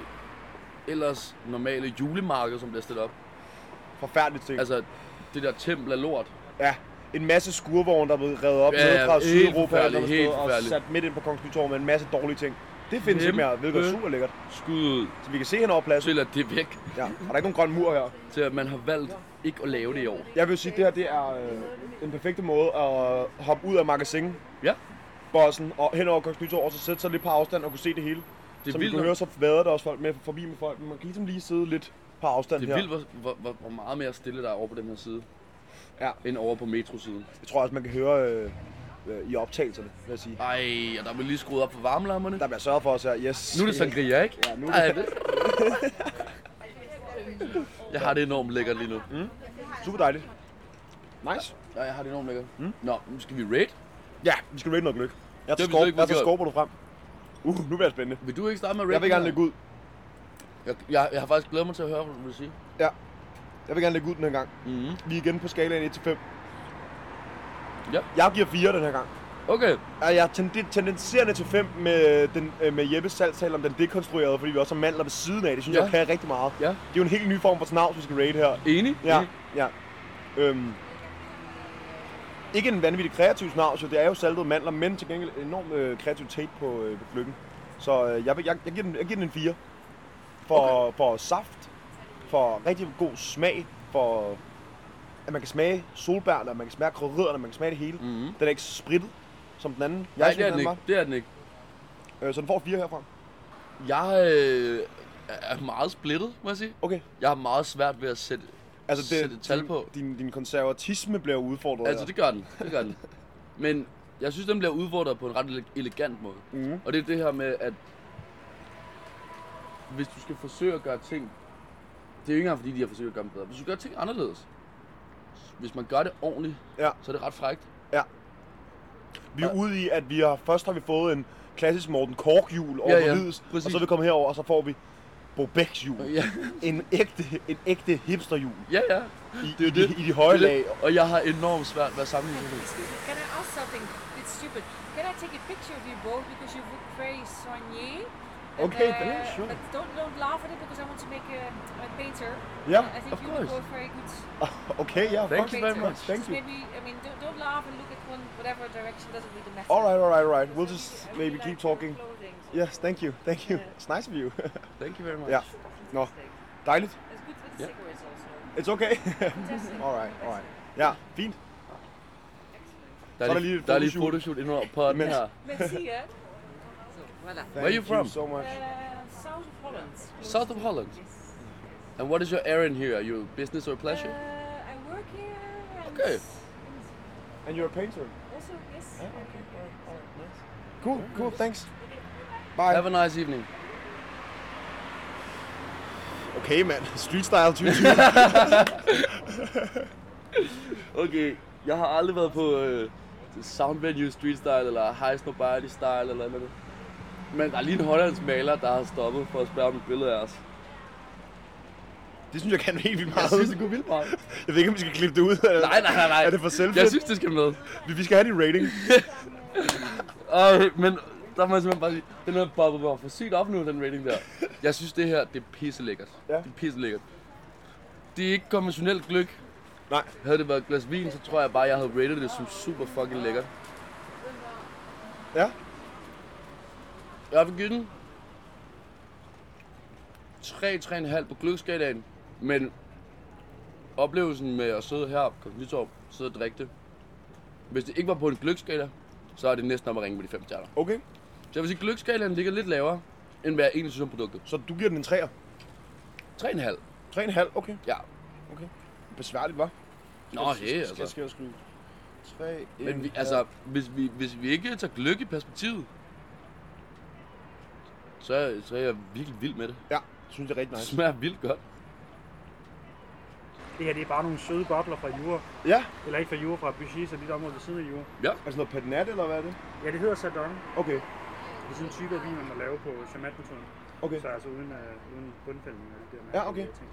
S3: ellers normale julemarked, som bliver stillet op.
S2: altså forfærdeligt ting. Altså,
S3: Altså, det der tempel er lort.
S2: ja, en masse skurvogne, der er blevet revet op
S3: Ja,
S2: ja, nede
S3: ja,
S2: fra
S3: helt
S2: Sydeuropa
S3: forfærdeligt,
S2: eller
S3: helt
S2: noget og
S3: forfærdeligt.
S2: sat midt ind på Kongens Nytorv med en masse dårlige ting. Det findes ikke mere, hvilket er
S3: Kæmpe.
S2: super lækkert.
S3: Skud ud
S2: Så vi kan se henover pladsen.
S3: til, at det er væk.
S2: Ja, og der er ikke nogen grøn mur her.
S3: Til at man har valgt ikke at lave det i år.
S2: Jeg vil sige, at det her det er øh, den perfekte måde at hoppe ud af magasin
S3: Ja,
S2: bossen og henover Kongens Nytorv, og så sætte sig lidt på afstand og kunne se det hele.
S3: Det er
S2: Det Som
S3: vildt
S2: vildt, du
S3: nok.
S2: kan høre, så vader der også folk med, forbi med folk, men man kan ligesom lige sidde lidt på afstand
S3: det
S2: her.
S3: er vildt, hvor, hvor- hvor, hvor meget mere stille der er over på den her side.
S2: Ja.
S3: End over på metrosiden.
S2: Jeg tror også, man kan høre øh, øh, i optagelserne, vil jeg sige.
S3: Ej, og der blev lige skruet op for varmelammerne.
S2: Der bliver sørget for os her, yes.
S3: Nu er det sangria, ikke?
S2: Ja, nu er det-
S3: Ej, Jeg har det enormt lækkert lige nu.
S2: Mm. Super dejligt. Nice.
S3: Nej, jeg har det enormt lækkert.
S2: Mm.
S3: Nå, nu skal vi rate.
S2: Ja, vi skal rate noget gløk. Jeg tager
S3: Det har vi
S2: skorp,
S3: slet ikke
S2: jeg tager
S3: gjort.
S2: skorper du frem. Uh, nu bliver det spændende.
S3: Vil du ikke starte med at rate?
S2: Jeg vil
S3: den
S2: gerne
S3: her?
S2: lægge ud.
S3: Jeg, jeg, jeg har faktisk glædet mig til at høre, hvad du vil sige.
S2: Ja. Jeg vil gerne lægge ud den her gang.
S3: Mm-hmm.
S2: Vi er igen på skalaen 1-5.
S3: Ja.
S2: Jeg giver 4 den her gang.
S3: Okay.
S2: Og jeg tende- tendenserende til 5 med, den, øh, med Jeppes salgtal om den dekonstruerede, fordi vi også har mandler ved siden af. Det synes
S3: Ja.
S2: ja. jeg kan rigtig meget.
S3: Ja.
S2: Det er jo en helt
S3: Mm.
S2: ny form for snavs, vi skal rate her.
S3: Enig?
S2: Ja,
S3: Enig.
S2: ja. Øhm, Ikke en vanvittig kreativ snavs, jo, det er jo saltede mandler, men til gengæld enorm øh, kreativitet på, øh, på gløggen. Så øh, jeg, vil- jeg, jeg, giver den, jeg giver den en 4. For, okay. for saft, for rigtig god smag, for at man kan smage solbærne, og man kan smage krydderierne, man kan smage det hele. Mm.
S3: Mm-hmm.
S2: Den er ikke spritet som den anden. Jeg
S3: Nej, det
S2: synes,
S3: er
S2: den
S3: den ikke.
S2: var.
S3: Det er den ikke.
S2: Øh, så den får 4 herfra.
S3: Jeg øh, er meget splittet, må jeg sige.
S2: Okay.
S3: Jeg har meget svært ved at sætte...
S2: Altså, det,
S3: Sæt et tal på.
S2: Din, din, din konservatisme bliver udfordret.
S3: Altså, det gør den. Det gør den. Men jeg synes, den bliver udfordret på en ret ele- elegant måde.
S2: mm.
S3: Og det er det her med, at hvis du skal forsøge at gøre ting, det er jo ikke engang fordi, de har forsøgt at gøre dem bedre. Hvis du gør ting anderledes, hvis man gør det ordentligt,
S2: Ja.
S3: så er det ret frækt.
S2: Vi er ude i, at vi har, først har vi fået en klassisk Morten Kork-jul over
S3: Ja,
S2: ja,
S3: ja,
S2: ja, Lides, og
S3: præcis.
S2: så er vi kommet herover, og så får vi Bo Bæks jul.
S3: Ja,
S2: En ægte, en ægte hipsterjul
S3: ja. ja.
S2: i,
S3: Det
S2: i,
S3: er det.
S2: de- i de høje
S3: Det er
S2: lag.
S3: det. Og jeg har enormt svært ved at sammenligne det.
S5: Can I ask something? It's stupid. Can I take a picture of you both because you look very soigné? And, uh,
S2: Okay, yeah, sure.
S5: But don't don't laugh at it because I want to make a, a painter.
S2: Ja,
S5: I think
S3: of
S5: you
S3: course.
S5: look both very good.
S2: okay, ja.
S3: Thank
S2: fuck.
S3: you very
S5: painter.
S3: much.
S2: Thank
S5: Just
S2: you.
S5: Maybe I mean don't, don't laugh and look at one whatever direction doesn't really matter.
S2: Alright, alright, alright. We'll
S5: Because
S2: just
S5: I really- I
S2: maybe
S5: really
S2: keep
S5: like your
S2: talking.
S5: clothing, so
S2: Yes, thank you, thank you.
S5: Ja.
S2: It's nice of you.
S3: Thank you very much.
S2: Ja.
S5: it's
S2: Nå.
S5: fantastic.
S2: Dejligt.
S5: It's good with
S3: Ja.
S5: cigarettes also.
S2: It's okay.
S5: Fantastic.
S2: alright, alright. Ja, fint.
S3: Der
S2: Så
S3: er,
S2: er der lige
S3: lige,
S2: et
S3: der er lige et
S2: fotoshoot.
S3: fotoshoot indenom på den
S2: Imens.
S3: her.
S5: Merci, eh? So, voilà.
S2: Thank
S3: are you from?
S2: so much.
S5: Uh, south of Holland.
S3: South of Holland. And what is your errand here? Are you business or pleasure?
S5: Uh, I work here. And
S3: Okay.
S5: and
S2: And you're a painter?
S5: Also, yes.
S2: Yeah, okay. Alright, alright, nice. Cool, cool, thanks. Bye.
S3: Have a nice evening.
S2: Okay, mand. Street style 2020.
S3: Okay, jeg har aldrig været på øh, Sound Venue Street Style, eller Heist Nobody Style, eller noget. Men der er lige en hollandsk maler, der har stoppet for at spørge om et billede af os.
S2: det synes jeg kan helt vildt
S3: Jeg
S2: meget.
S3: synes, det kunne vildt meget.
S2: Jeg ved ikke, om vi skal klippe det ud. Eller...
S3: Nej, nej, nej, nej.
S2: Er det for selvfedt?
S3: Jeg synes, det skal med.
S2: Vi, vi skal have din rating.
S3: Ej, men der må jeg simpelthen bare sige, den er bobbet mig for sygt op nu, den rating der. Jeg synes, det her, det er pisse lækkert.
S2: Ja.
S3: Det er pisse lækkert. Det er ikke konventionelt gløk.
S2: Nej.
S3: Havde det været et glas vin, så tror jeg bare, jeg havde rated det som super fucking lækkert.
S2: Ja.
S3: Jeg vil give den 3-3,5 på gløbskalaen, men oplevelsen med at sidde her på Kongens Nytorv, sidde og drikke det, hvis det ikke var på en gløbskala, så er det næsten om at ringe med de fem stjerner.
S2: Okay.
S3: Så jeg vil sige, at gløbskalaen ligger lidt lavere, end hvad jeg egentlig synes om produktet.
S2: Så du giver den en 3'er.
S3: 3,5.
S2: 3,5, okay.
S3: Ja.
S2: Besværligt, hva'?
S3: Nå,
S2: Jeg
S3: hey,
S2: synes,
S3: altså.
S2: Skal, skal jeg skrive 3,
S3: Men vi, altså, hvis vi, hvis vi ikke tager gløk i perspektivet, så, så er jeg virkelig vild med det.
S2: Ja, synes jeg er rigtig
S3: Det
S2: nice.
S3: smager vildt godt.
S4: Det her det er bare nogle søde bobler fra Jura.
S2: Ja,
S4: Eller ikke fra Jura, fra Bichy, så dit område ved siden af Jura.
S2: altså noget patinat, eller hvad er det?
S4: Ja, det hedder Sardon.
S2: Okay,
S4: Det er sådan en type af vin, man må lave på chamatmetoden.
S2: okay.
S4: Så altså uden, øh, uden bundfældning og alt det der.
S2: Ja, okay.
S4: mærkelige ting.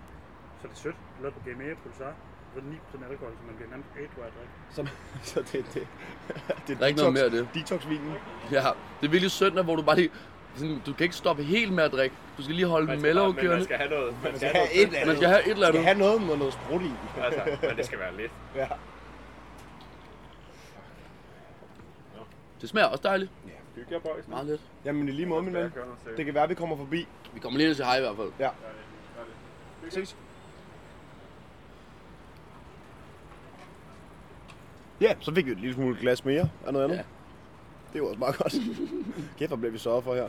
S4: Så det er sødt. Lavet på GMA og Pulsar. Så er det 9% alkohol, så man bliver nærmest ædru at drikke.
S2: Så, så det, det, det
S3: Der er ikke noget mere af det.
S2: Detox-vinen.
S3: Ja, det er virkelig søndag, hvor du bare lige... Sådan, du kan ikke stoppe helt med at drikke. Du skal lige holde
S6: Man
S3: en
S6: skal,
S3: mellow
S6: bare, men man
S3: kørende.
S6: skal have noget. Man skal
S2: have
S6: have
S2: et eller andet.
S3: Man skal have et eller
S2: Man skal
S3: andet.
S2: have noget med noget sprudt i.
S6: noget. Altså, men det skal være lidt.
S2: Ja.
S3: Det smager også dejligt.
S6: Hygge jer, boys.
S3: Meget lidt.
S2: Jamen i lige måde, min ven. Det kan være, vi kommer forbi.
S3: Vi kommer lige ind til hej i hvert fald.
S2: Ses. Ja, så fik vi et lille smule glas mere af noget andet.
S3: Ja.
S2: Det var også meget godt. Kæft, hvor blev vi sørget for her.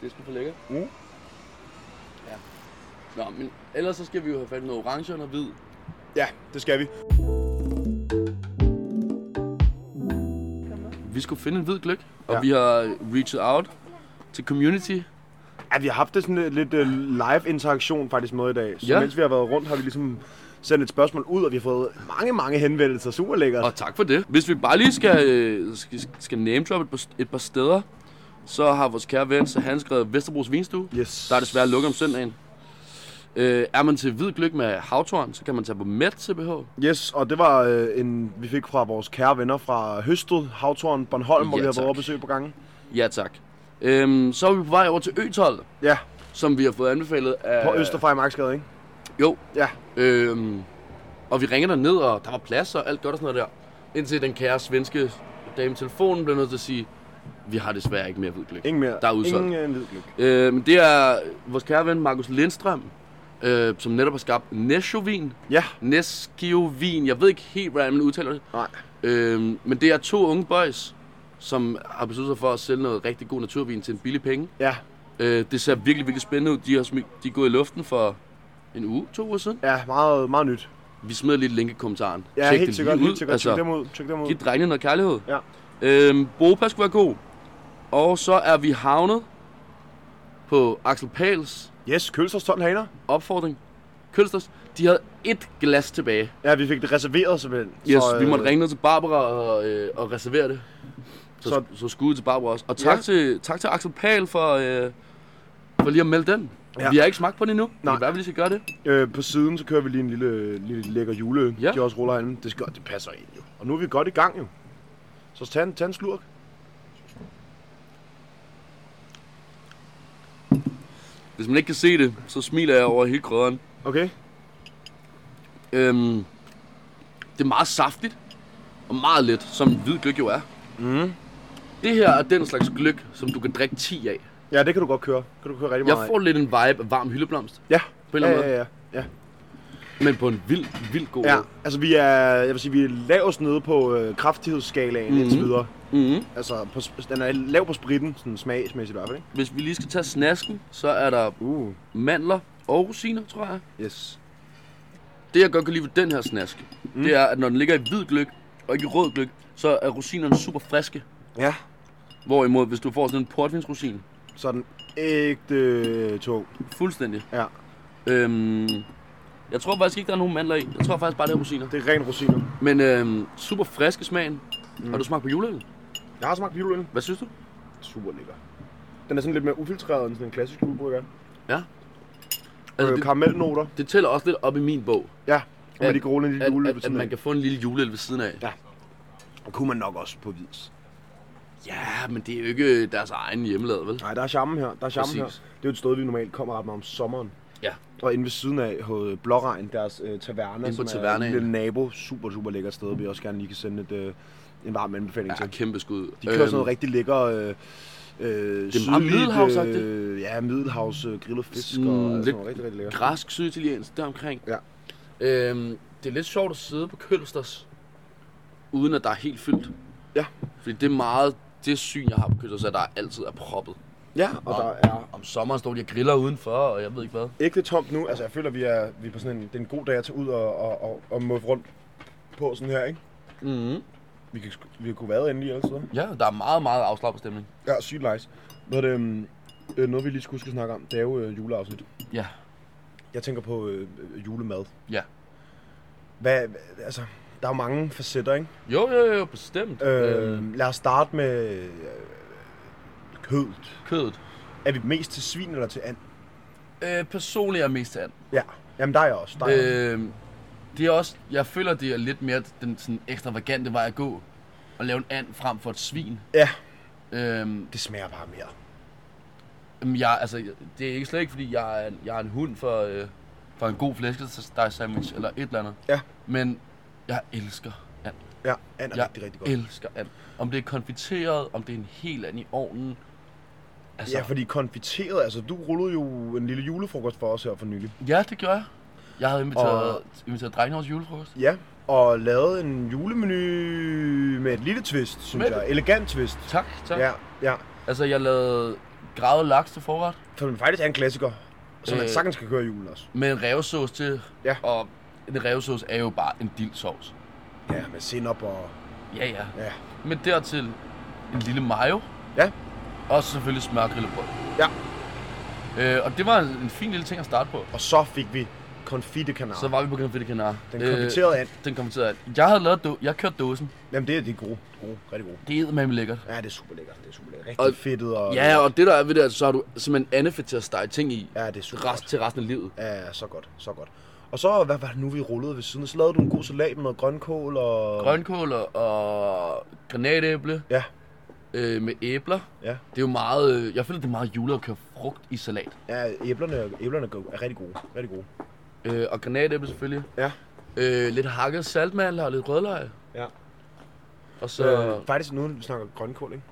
S3: Det er sgu for lækkert.
S2: Mm.
S3: Ja. Nå, men ellers så skal vi jo have fat i noget orange og noget hvid.
S2: Ja, det skal vi.
S3: Vi skulle finde en hvid gløk,
S2: Ja.
S3: og ja. vi har reached out til community.
S2: Ja, vi har haft det sådan lidt, lidt øh, live interaktion faktisk med i dag. Så
S3: Ja.
S2: mens vi har været rundt, har vi ligesom sendt et spørgsmål ud, og vi har fået mange, mange henvendelser. Super lækkert.
S3: Og tak for det. Hvis vi bare lige skal, øh, skal, skal name drop et, par- et par steder, så har vores kære ven, så han skrevet Vesterbros Vinstue.
S2: Yes.
S3: Der er desværre lukket om søndagen. Øh, er man til hvid gløk med havtorn, så kan man tage på Met CBH.
S2: Yes, og det var øh, en, vi fik fra vores kære venner fra Høsted, Havtorn, Bornholm, hvor
S3: Ja,
S2: vi har været
S3: tak.
S2: over at besøge på gangen.
S3: Ja tak. Øhm, så er vi på vej over til Ø12,
S2: Ja,
S3: som vi har fået anbefalet af...
S2: på øh. Østerfej Marksgade, ikke?
S3: Jo.
S2: Ja.
S3: Øhm, og vi ringer derned, og der var plads og alt godt og sådan noget der. Indtil den kære svenske dame i telefonen blev nødt til at sige, vi har desværre ikke mere hvidgløk.
S2: Ingen mere.
S3: Der er udsolgt.
S2: Ingen øh, hvidgløk.
S3: Øh, men det er vores kære ven Markus Lindstrøm, øh, som netop har skabt Neshovin.
S2: Ja.
S3: Neskiovin. Jeg ved ikke helt, hvordan man udtaler det.
S2: Nej.
S3: Øhm, men det er to unge boys, som har besluttet sig for at sælge noget rigtig god naturvin til en billig penge.
S2: Ja.
S3: Øh, det ser virkelig, virkelig spændende ud. De, har smidt, de er gået i luften for en uge, to uger siden.
S2: Ja, meget, meget nyt.
S3: Vi smider lige et link i kommentaren.
S2: Ja,
S3: Tjek
S2: helt
S3: det
S2: sikkert.
S3: lige Altså,
S2: Helt sikkert. Tjek dem ud. Tjek dem ud.
S3: Giv drengene noget kærlighed.
S2: Ja.
S3: Øhm, Bopa skulle være god. Og så er vi havnet på Axel Pals
S2: Yes, Kølsters 12 haner.
S3: opfordring. Kølsters, de havde et glas tilbage.
S2: Ja, vi fik det reserveret simpelthen.
S3: Yes, så, øh, vi måtte ringe ned til Barbara og, øh, og reservere det. Så, så,
S2: Så-
S3: så skud til Barbara også. Og tak,
S2: Ja.
S3: ja. til, tak til Axel Pal for, øh, for lige at melde den.
S2: Ja.
S3: Ja. Vi har ikke smagt på den endnu. Nej.
S2: Nej.
S3: Det er vi lige skal gøre det.
S2: Øh, på siden, så kører vi lige en lille, lille lækker jule. Ja.
S3: Ja.
S2: De også ruller herinde. Det, skal, det passer ind jo. Og nu er vi godt i gang jo. Så tag en, tag en slurk.
S3: Hvis man ikke kan se det, så smiler jeg over hele krydderen.
S2: Okay?
S3: Øhm, det er meget saftigt og meget let, som hvid gløk jo er. Mm. Det her er den slags gløk, som du kan drikke 10 af.
S2: Ja, det kan du godt køre. Kan du køre rigtig
S3: Jeg
S2: meget af.
S3: får lidt en vibe af varm hyldeblomst,
S2: Ja.
S3: på en eller anden
S2: ja, ja, ja, ja.
S3: men på en vild, vild god
S2: Ja,
S3: måde.
S2: altså vi er, jeg vil sige, vi er lavest nede på øh, kraftighedsskalaen mm-hmm. indtil videre.
S3: Mm-hmm.
S2: Altså, på, sp- den er lav på spritten, sådan smagsmæssigt i hvert fald, ikke?
S3: Hvis vi lige skal tage snasken, så er der
S2: Uh,
S3: mandler og rosiner, tror jeg.
S2: yes.
S3: Det, jeg godt kan lide ved den her snask, mm. det er, at når den ligger i hvid gløk, og ikke i rød gløk, så er rosinerne super friske.
S2: Ja.
S3: Hvorimod, hvis du får sådan en portvinsrosin,
S2: Så er den ægte øh, tung.
S3: fuldstændig.
S2: Ja,
S3: Øhm, jeg tror faktisk ikke, der er nogen mandler i. Jeg tror faktisk bare, det er rosiner.
S2: det er ren rosiner.
S3: Men øhm, super frisk i smagen. Mm. Har du smagt på juleøl?
S2: Jeg har smagt julen.
S3: Hvad synes du?
S2: Øh, Super lækker. Den er sådan lidt mere ufiltreret end sådan en klassisk julebrygger.
S3: Altså,
S2: øh,
S3: det,
S2: karamelnoter.
S3: det tæller også lidt op i min bog,
S2: Ja, og med
S3: At-
S2: de gode lille
S3: at,
S2: jule ved
S3: at, at
S2: siden
S3: man
S2: af.
S3: kan få en lille juleøl ved siden af.
S2: Ja. Og kunne man nok også på hvids.
S3: Ja, men det er jo ikke øh, deres egen hjemmelavet, vel?
S2: Nej, der er charme her. Der er charme her.
S3: Præcis.
S2: Det er jo et sted, vi normalt kommer ret meget om sommeren.
S3: Ja.
S2: Og inde ved siden af hos Blåregn, deres øh, taverne,
S3: Inde
S2: som
S3: på
S2: er en
S3: tavernaen.
S2: lille nabo. Super, super lækkert sted, vi også gerne lige kan sende et, øh, en varm anbefaling
S3: Ja,
S2: til.
S3: kæmpe skud. Øhm,
S2: De kører sådan noget rigtig lækker... Øh, øh, det
S3: meget middelhavsagtigt.
S2: øh, Ja, middelhavs øh, grillet fisk
S3: Mm,
S2: mm, og sådan
S3: lidt
S2: noget rigtig, rigtig lækkert.
S3: græsk syditaliensk deromkring.
S2: Ja.
S3: Øhm, det er lidt sjovt at sidde på Kølsters, uden at der er helt fyldt.
S2: Ja.
S3: Fordi det er meget det syn, jeg har på Kølsters, at der altid er proppet.
S2: Ja, og der er
S3: Om sommeren står de og griller udenfor, og jeg ved ikke hvad.
S2: ægte tomt nu. Altså, jeg føler, vi er, vi er på sådan en, det er en god dag at tage ud og, og, og, og muffe rundt på sådan her, ikke?
S3: Mm-hmm.
S2: Vi, kan, sgu- vi kunne været inde i alle steder.
S3: Ja, der er meget, meget afslappet stemning.
S2: Ja, sygt nice. Hvad er det, øhm, øh, noget vi lige skulle huske at snakke om, det er jo øh, juleafsnit.
S3: Ja.
S2: Jeg tænker på øh, øh, julemad.
S3: Ja.
S2: Hvad, hvad- altså, der er jo mange facetter, ikke?
S3: Jo, jo, jo, bestemt. Øhm,
S2: Øh, Lad os starte med øh, kødet.
S3: kødet.
S2: Er vi mest til svin eller til and?
S3: Øh, personligt er jeg mest til and.
S2: Ja. Jamen, der er jeg også. Der er jeg også.
S3: Øh, det er også, jeg føler, det er lidt mere den sådan ekstravagante vej at gå. At lave en and frem for et svin.
S2: Ja,
S3: Øhm,
S2: det smager bare mere.
S3: Jamen, jeg, altså, jeg- det er ikke slet ikke, fordi jeg er, en- jeg er en hund for, øh, for en god flæskesteg sandwich eller et eller andet.
S2: Ja.
S3: Men jeg elsker and.
S2: Ja, and er
S3: Jeg
S2: rigtig, rigtig godt.
S3: elsker and. Om det er konfiteret, om det er en hel and i ovnen. Altså,
S2: Ja, fordi konfiteret, altså du rullede jo en lille julefrokost for os her for nylig.
S3: ja, det gør jeg. Jeg havde inviteret,
S2: Og-
S3: og... inviteret drengene over til julefrokost.
S2: Ja, og lavede en julemenu med et lille twist, synes
S3: Med
S2: jeg.
S3: det?
S2: Elegant twist.
S3: Tak, tak.
S2: Ja, ja.
S3: Altså, jeg lavede gravet laks til forret
S2: Som faktisk er en klassiker, som man
S3: Øh.
S2: sagtens kan køre i julen også.
S3: med en revsauce til.
S2: Ja.
S3: Og en revsauce er jo bare en dildsauce.
S2: Ja, med sinop og...
S3: Ja, ja.
S2: Ja.
S3: Men dertil en lille mayo.
S2: Ja.
S3: Og så selvfølgelig smørgrillebrød.
S2: Ja.
S3: Øh, og det var en, en fin lille ting at starte på.
S2: Og så fik vi konfitekanar.
S3: Så var Øh. vi på Confetti Canar.
S2: Den konfiterede and.
S3: Den konfiterede and. Jeg havde lavet då- jeg kørte dåsen.
S2: Jamen, det er de gode. gode. Rigtig gode.
S3: Det er med lækkert.
S2: Ja, det er super lækkert. Det er super lækkert.
S3: Og-
S2: Rigtig fedtet og...
S3: Ja, og det der er ved det, at så har du simpelthen andet til at stege ting i
S2: Ja, det er super
S3: rest,
S2: godt.
S3: til resten af livet.
S2: Ja, så godt. Så godt. Og så, hvad var det nu, vi rullede ved siden? af? Så lavede du en god salat med noget grønkål og...
S3: Grønkål og, og granatæble
S2: Ja,
S3: øh, med æbler.
S2: ja.
S3: Det er jo meget, øh, jeg føler, det er meget jule at køre frugt i salat.
S2: Ja, æblerne, æblerne er gode- er rigtig gode. Rigtig gode.
S3: Øh, og granatæble selvfølgelig.
S2: Ja.
S3: Øh, lidt hakket saltmandler og lidt rødløg.
S2: Ja.
S3: Og så...
S2: Så... Øh, faktisk nu vi snakker grønkål, ikke?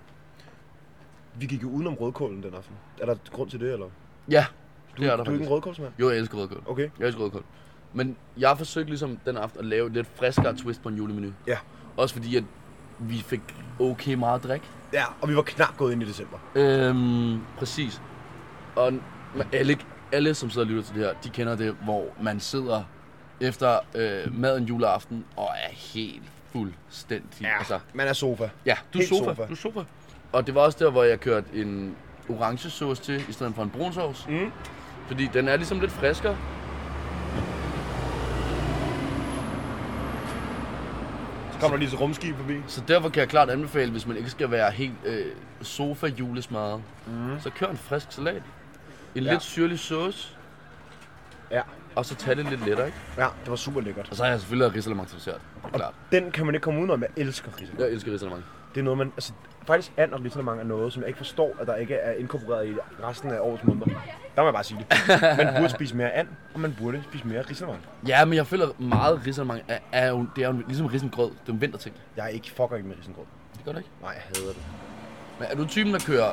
S2: Vi gik jo udenom rødkålen den aften. Er der grund til det, eller?
S3: Ja,
S2: Du,
S3: det er der
S2: du er ikke
S3: faktisk.
S2: en rødkålsmand?
S3: Jo, jeg elsker rødkål.
S2: Okay.
S3: Jeg elsker rødkål. Men jeg forsøgte ligesom den aften at lave et lidt friskere twist på en julemenu.
S2: Ja.
S3: Også fordi, at vi fik okay meget drik.
S2: Ja, og vi var knap gået ind i december.
S3: Øhm, præcis. Og n- men alle, alle, som sidder og lytter til det her, de kender det, hvor man sidder efter øh, maden juleaften og er helt fuldstændig. Altså,
S2: Man er sofa.
S3: ja, du er
S2: Helt
S3: sofa.
S2: sofa.
S3: Du er sofa. Og det var også der, hvor jeg kørte en orange sauce til, i stedet for en brun sauce. Mm. Fordi den er ligesom lidt friskere.
S2: Så kommer der lige så rumskib forbi.
S3: Så derfor kan jeg klart anbefale, hvis man ikke skal være helt øh, sofa julesmadret, mm. så kør en frisk salat. En
S2: Ja.
S3: lidt syrlig sauce,
S2: Ja.
S3: og så tag det lidt lettere, ikke?
S2: Ja, det var super lækkert.
S3: Og så har jeg selvfølgelig lavet risalemang til dessert. Det er klart.
S2: Den kan man ikke komme udenom. Jeg elsker risalemang.
S3: Jeg elsker risalemang.
S2: Det er noget, man... Altså, faktisk and og risalemang er noget, som jeg ikke forstår, at der ikke er inkorporeret i resten af årets måneder. Der må jeg bare sige det. Man burde spise mere and, og man burde spise mere risalemang.
S3: Ja, men jeg føler meget risalemang er, er jo, det er jo ligesom risengrød. Det er en vinterting.
S2: Jeg er ikke fucker ikke med risengrød.
S3: Det gør det ikke.
S2: Nej, jeg hader det.
S3: Men er du typen, der kører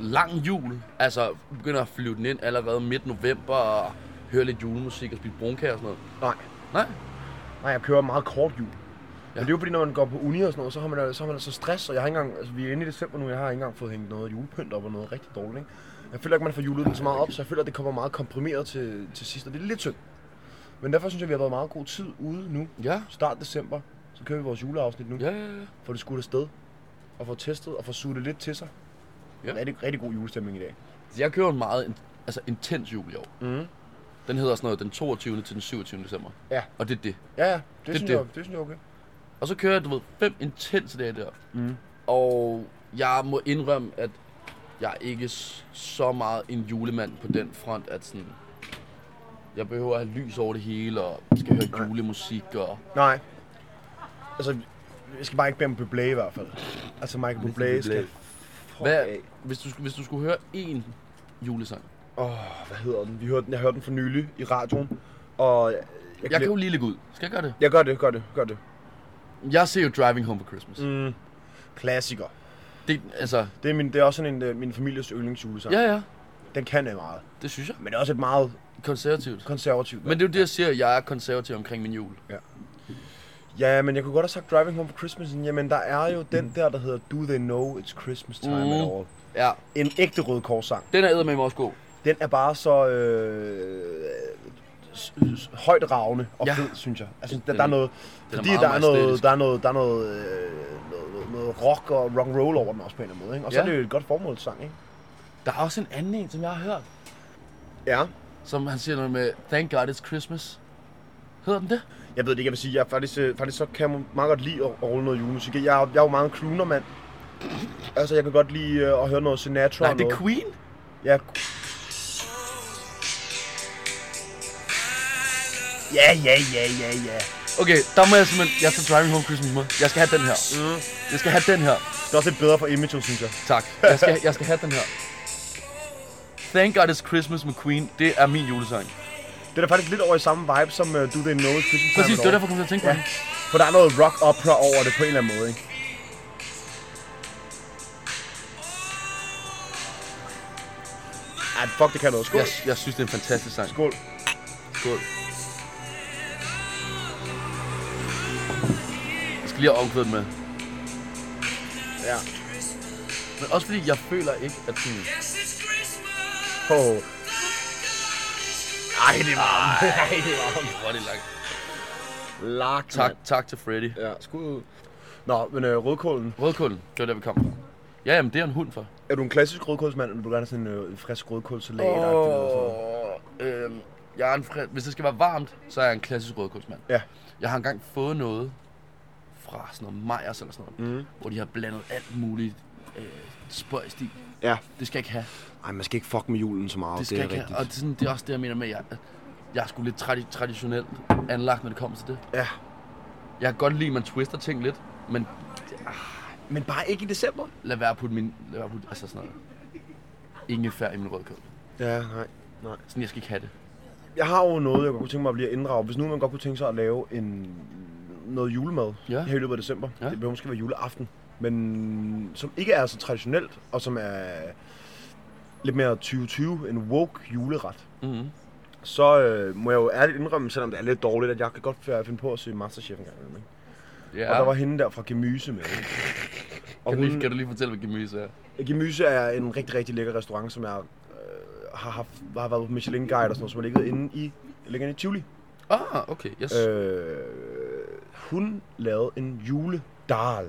S3: lang jul? Altså begynder at flyve den ind allerede midt november og høre lidt julemusik og spise brunkager og sådan noget?
S2: Nej,
S3: Nej.
S2: nej, jeg kører meget kort jul. Men det er jo fordi, når man går på uni og sådan noget, så har man, så har man altså stress, og jeg har ikke engang, altså vi er inde i december nu, jeg har ikke engang fået hængt noget julepynt op og noget rigtig dårligt, ikke? Jeg føler ikke, man får julet den så meget op, så jeg føler, at det kommer meget komprimeret til, til sidst, og det er lidt synd. Men derfor synes jeg, vi har været meget god tid ude nu.
S3: Ja.
S2: Start december, så kører vi vores juleafsnit nu.
S3: Ja, ja, ja.
S2: Får det skudt afsted, og får testet, og får suget det lidt til sig.
S3: Ja.
S2: Ja. Rigtig, rigtig god julestemning i dag.
S3: Jeg kører en meget in- altså, intens jul i år. Mm. Den hedder sådan noget den 22. til den 27. december.
S2: Ja.
S3: Og det er det.
S2: Ja, ja, det, det, synes,
S3: det.
S2: Jeg, det synes jeg er okay.
S3: Og så kører jeg, du ved, fem intense dage der. Mm. Og jeg må indrømme, at jeg er ikke s- så meget en julemand på den front, at sådan, jeg behøver at have lys over det hele, og skal høre julemusik, og
S2: Nej. Altså, vi skal bare ikke bede om Bublé i hvert fald. Altså, Michael Bublé,
S3: Bublé.
S2: skal...
S3: hvad,
S2: af.
S3: hvis, du, hvis du skulle høre én julesang.
S2: Åh, hvad hedder den? Vi hørte den. Jeg hørte den for nylig i radioen. Og jeg, jeg,
S3: Jeg kan jo lige lægge ud. Skal jeg gøre det?
S2: jeg gør det, gør det, gør det.
S3: Jeg ser jo Driving Home for Christmas. Mm.
S2: Klassiker.
S3: Det, altså,
S2: Det er, min, det er også sådan en, øh, min families yndlingsjulesang.
S3: ja ja,
S2: Den kan jeg meget.
S3: det synes jeg.
S2: Men det er også et meget
S3: Konservativt.
S2: konservativt.
S3: Men det er jo det, jeg siger, at jeg er konservativ omkring min jul.
S2: Ja, men jeg kunne godt have sagt Driving Home for Christmas. men Jamen, der er jo den der, der hedder Do They Know It's Christmas Time
S3: Mhm.
S2: mm. at All.
S3: Ja,
S2: En ægte rød korsang.
S3: den er eddermame også god.
S2: Den er bare så øh, s- s- højt ravne og
S3: Ja.
S2: ja. fed, synes jeg. Altså, der,
S3: Den-
S2: der er noget,
S3: den er
S2: fordi
S3: meget
S2: der er noget,
S3: majestætisk.
S2: der er noget, der er noget, øh, noget, noget, noget rock og rock and roll over den også på en eller anden måde. Ikke? Og ja. så
S3: Ja.
S2: er det jo et godt formålssang, ikke?
S3: Der er også en anden en, som jeg har hørt,
S2: Ja.
S3: som han siger noget med, Thank God It's Christmas. Hedder den det?
S2: Jeg ved det ikke, jeg vil sige, jeg er faktisk, øh, faktisk så kan jeg meget godt lide at, at rulle noget julemusik. Jeg, er- jeg er jo meget en crooner, mand. Altså, jeg kan godt lide øh, at høre noget Sinatra
S3: Nej,
S2: og
S3: det
S2: noget.
S3: er Queen.
S2: Ja. Ja, ja, ja, ja, ja.
S3: Okay, der må jeg simpelthen, jeg tager Driving Home Christmas med. Jeg skal have den her. Mm. Jeg skal have den her.
S2: Det er også lidt bedre for imaget, synes jeg.
S3: Tak. Jeg skal, jeg skal have den her. Thank God It's Christmas med Queen. Det er min julesang.
S2: Det er da faktisk lidt over i samme vibe som uh, Do They Know It's Christmas Time at
S3: Præcis, det var
S2: All.
S3: derfor, jeg kom til at tænke på
S2: Ja.
S3: den.
S2: For der er noget rock opera over det på en eller anden måde, ikke? Ej, fuck, det kan noget. Skål.
S3: Jeg, jeg synes, det er en fantastisk sang.
S2: Skål.
S3: Skål. Jeg skal lige have omkvædet med.
S2: Ja.
S3: Men også fordi, jeg føler ikke, at sådan...
S2: Oh. Ej, det er varmt. Ej, det er varmt.
S3: Hvor er det langt.
S2: Lak,
S3: Tak, tak til Freddy.
S2: Ja, skud ud. Nå, men øh, rødkålen.
S3: Rødkålen, det var der, vi kom fra. Ja, jamen, det er en hund for.
S2: Er du en klassisk rødkålsmand, eller vil du gerne have sådan en øh, frisk rødkålsalat? Oh.
S3: Åh, øhm, jeg er en fri... Hvis det skal være varmt, så er jeg en klassisk rødkålsmand.
S2: Ja.
S3: Jeg har engang fået noget fra sådan noget Majers eller sådan noget, mm. hvor de har blandet alt muligt øh, spøjst i.
S2: Ja.
S3: Det skal jeg ikke have.
S2: Ej, man skal ikke fuck med julen så meget,
S3: det skal det ikke have. Og det er, sådan, det er også det, jeg mener med, at jeg, jeg er sgu lidt tradi- traditionelt anlagt, når det kommer til det.
S2: Ja.
S3: Jeg kan godt lide, at man twister ting lidt, men
S2: Men bare ikke i december.
S3: lad være at putte min... Lad være at putte, altså sådan noget. Ingefær i min rødkål.
S2: Ja, nej. nej.
S3: Sådan, jeg skal ikke have det.
S2: Jeg har jo noget, jeg godt kunne tænke mig at blive inddraget. Hvis nu man godt kunne tænke sig at lave en noget julemad
S3: Ja.
S2: her i løbet af december.
S3: Ja.
S2: Det behøver måske være juleaften. Men som ikke er så traditionelt, og som er lidt mere 2020, en woke juleret.
S3: Mm-hmm.
S2: Så øh, må jeg jo ærligt indrømme, selvom det er lidt dårligt, at jeg kan godt finde på at se Masterchef en gang imellem. ikke?
S3: Ja.
S2: Og der var hende der fra Gemyse med. ikke? Og
S3: kan, du lige,
S2: hun,
S3: kan du lige fortælle, hvad gemyse er?
S2: Gemyse er en rigtig, rigtig lækker restaurant, som jeg øh, har, haft, har været på Michelin-guide og sådan noget, som har ligget inde i, ligger inde i Tivoli.
S3: Ah, okay. Yes. Øh.
S2: Øh, hun lavede en juledal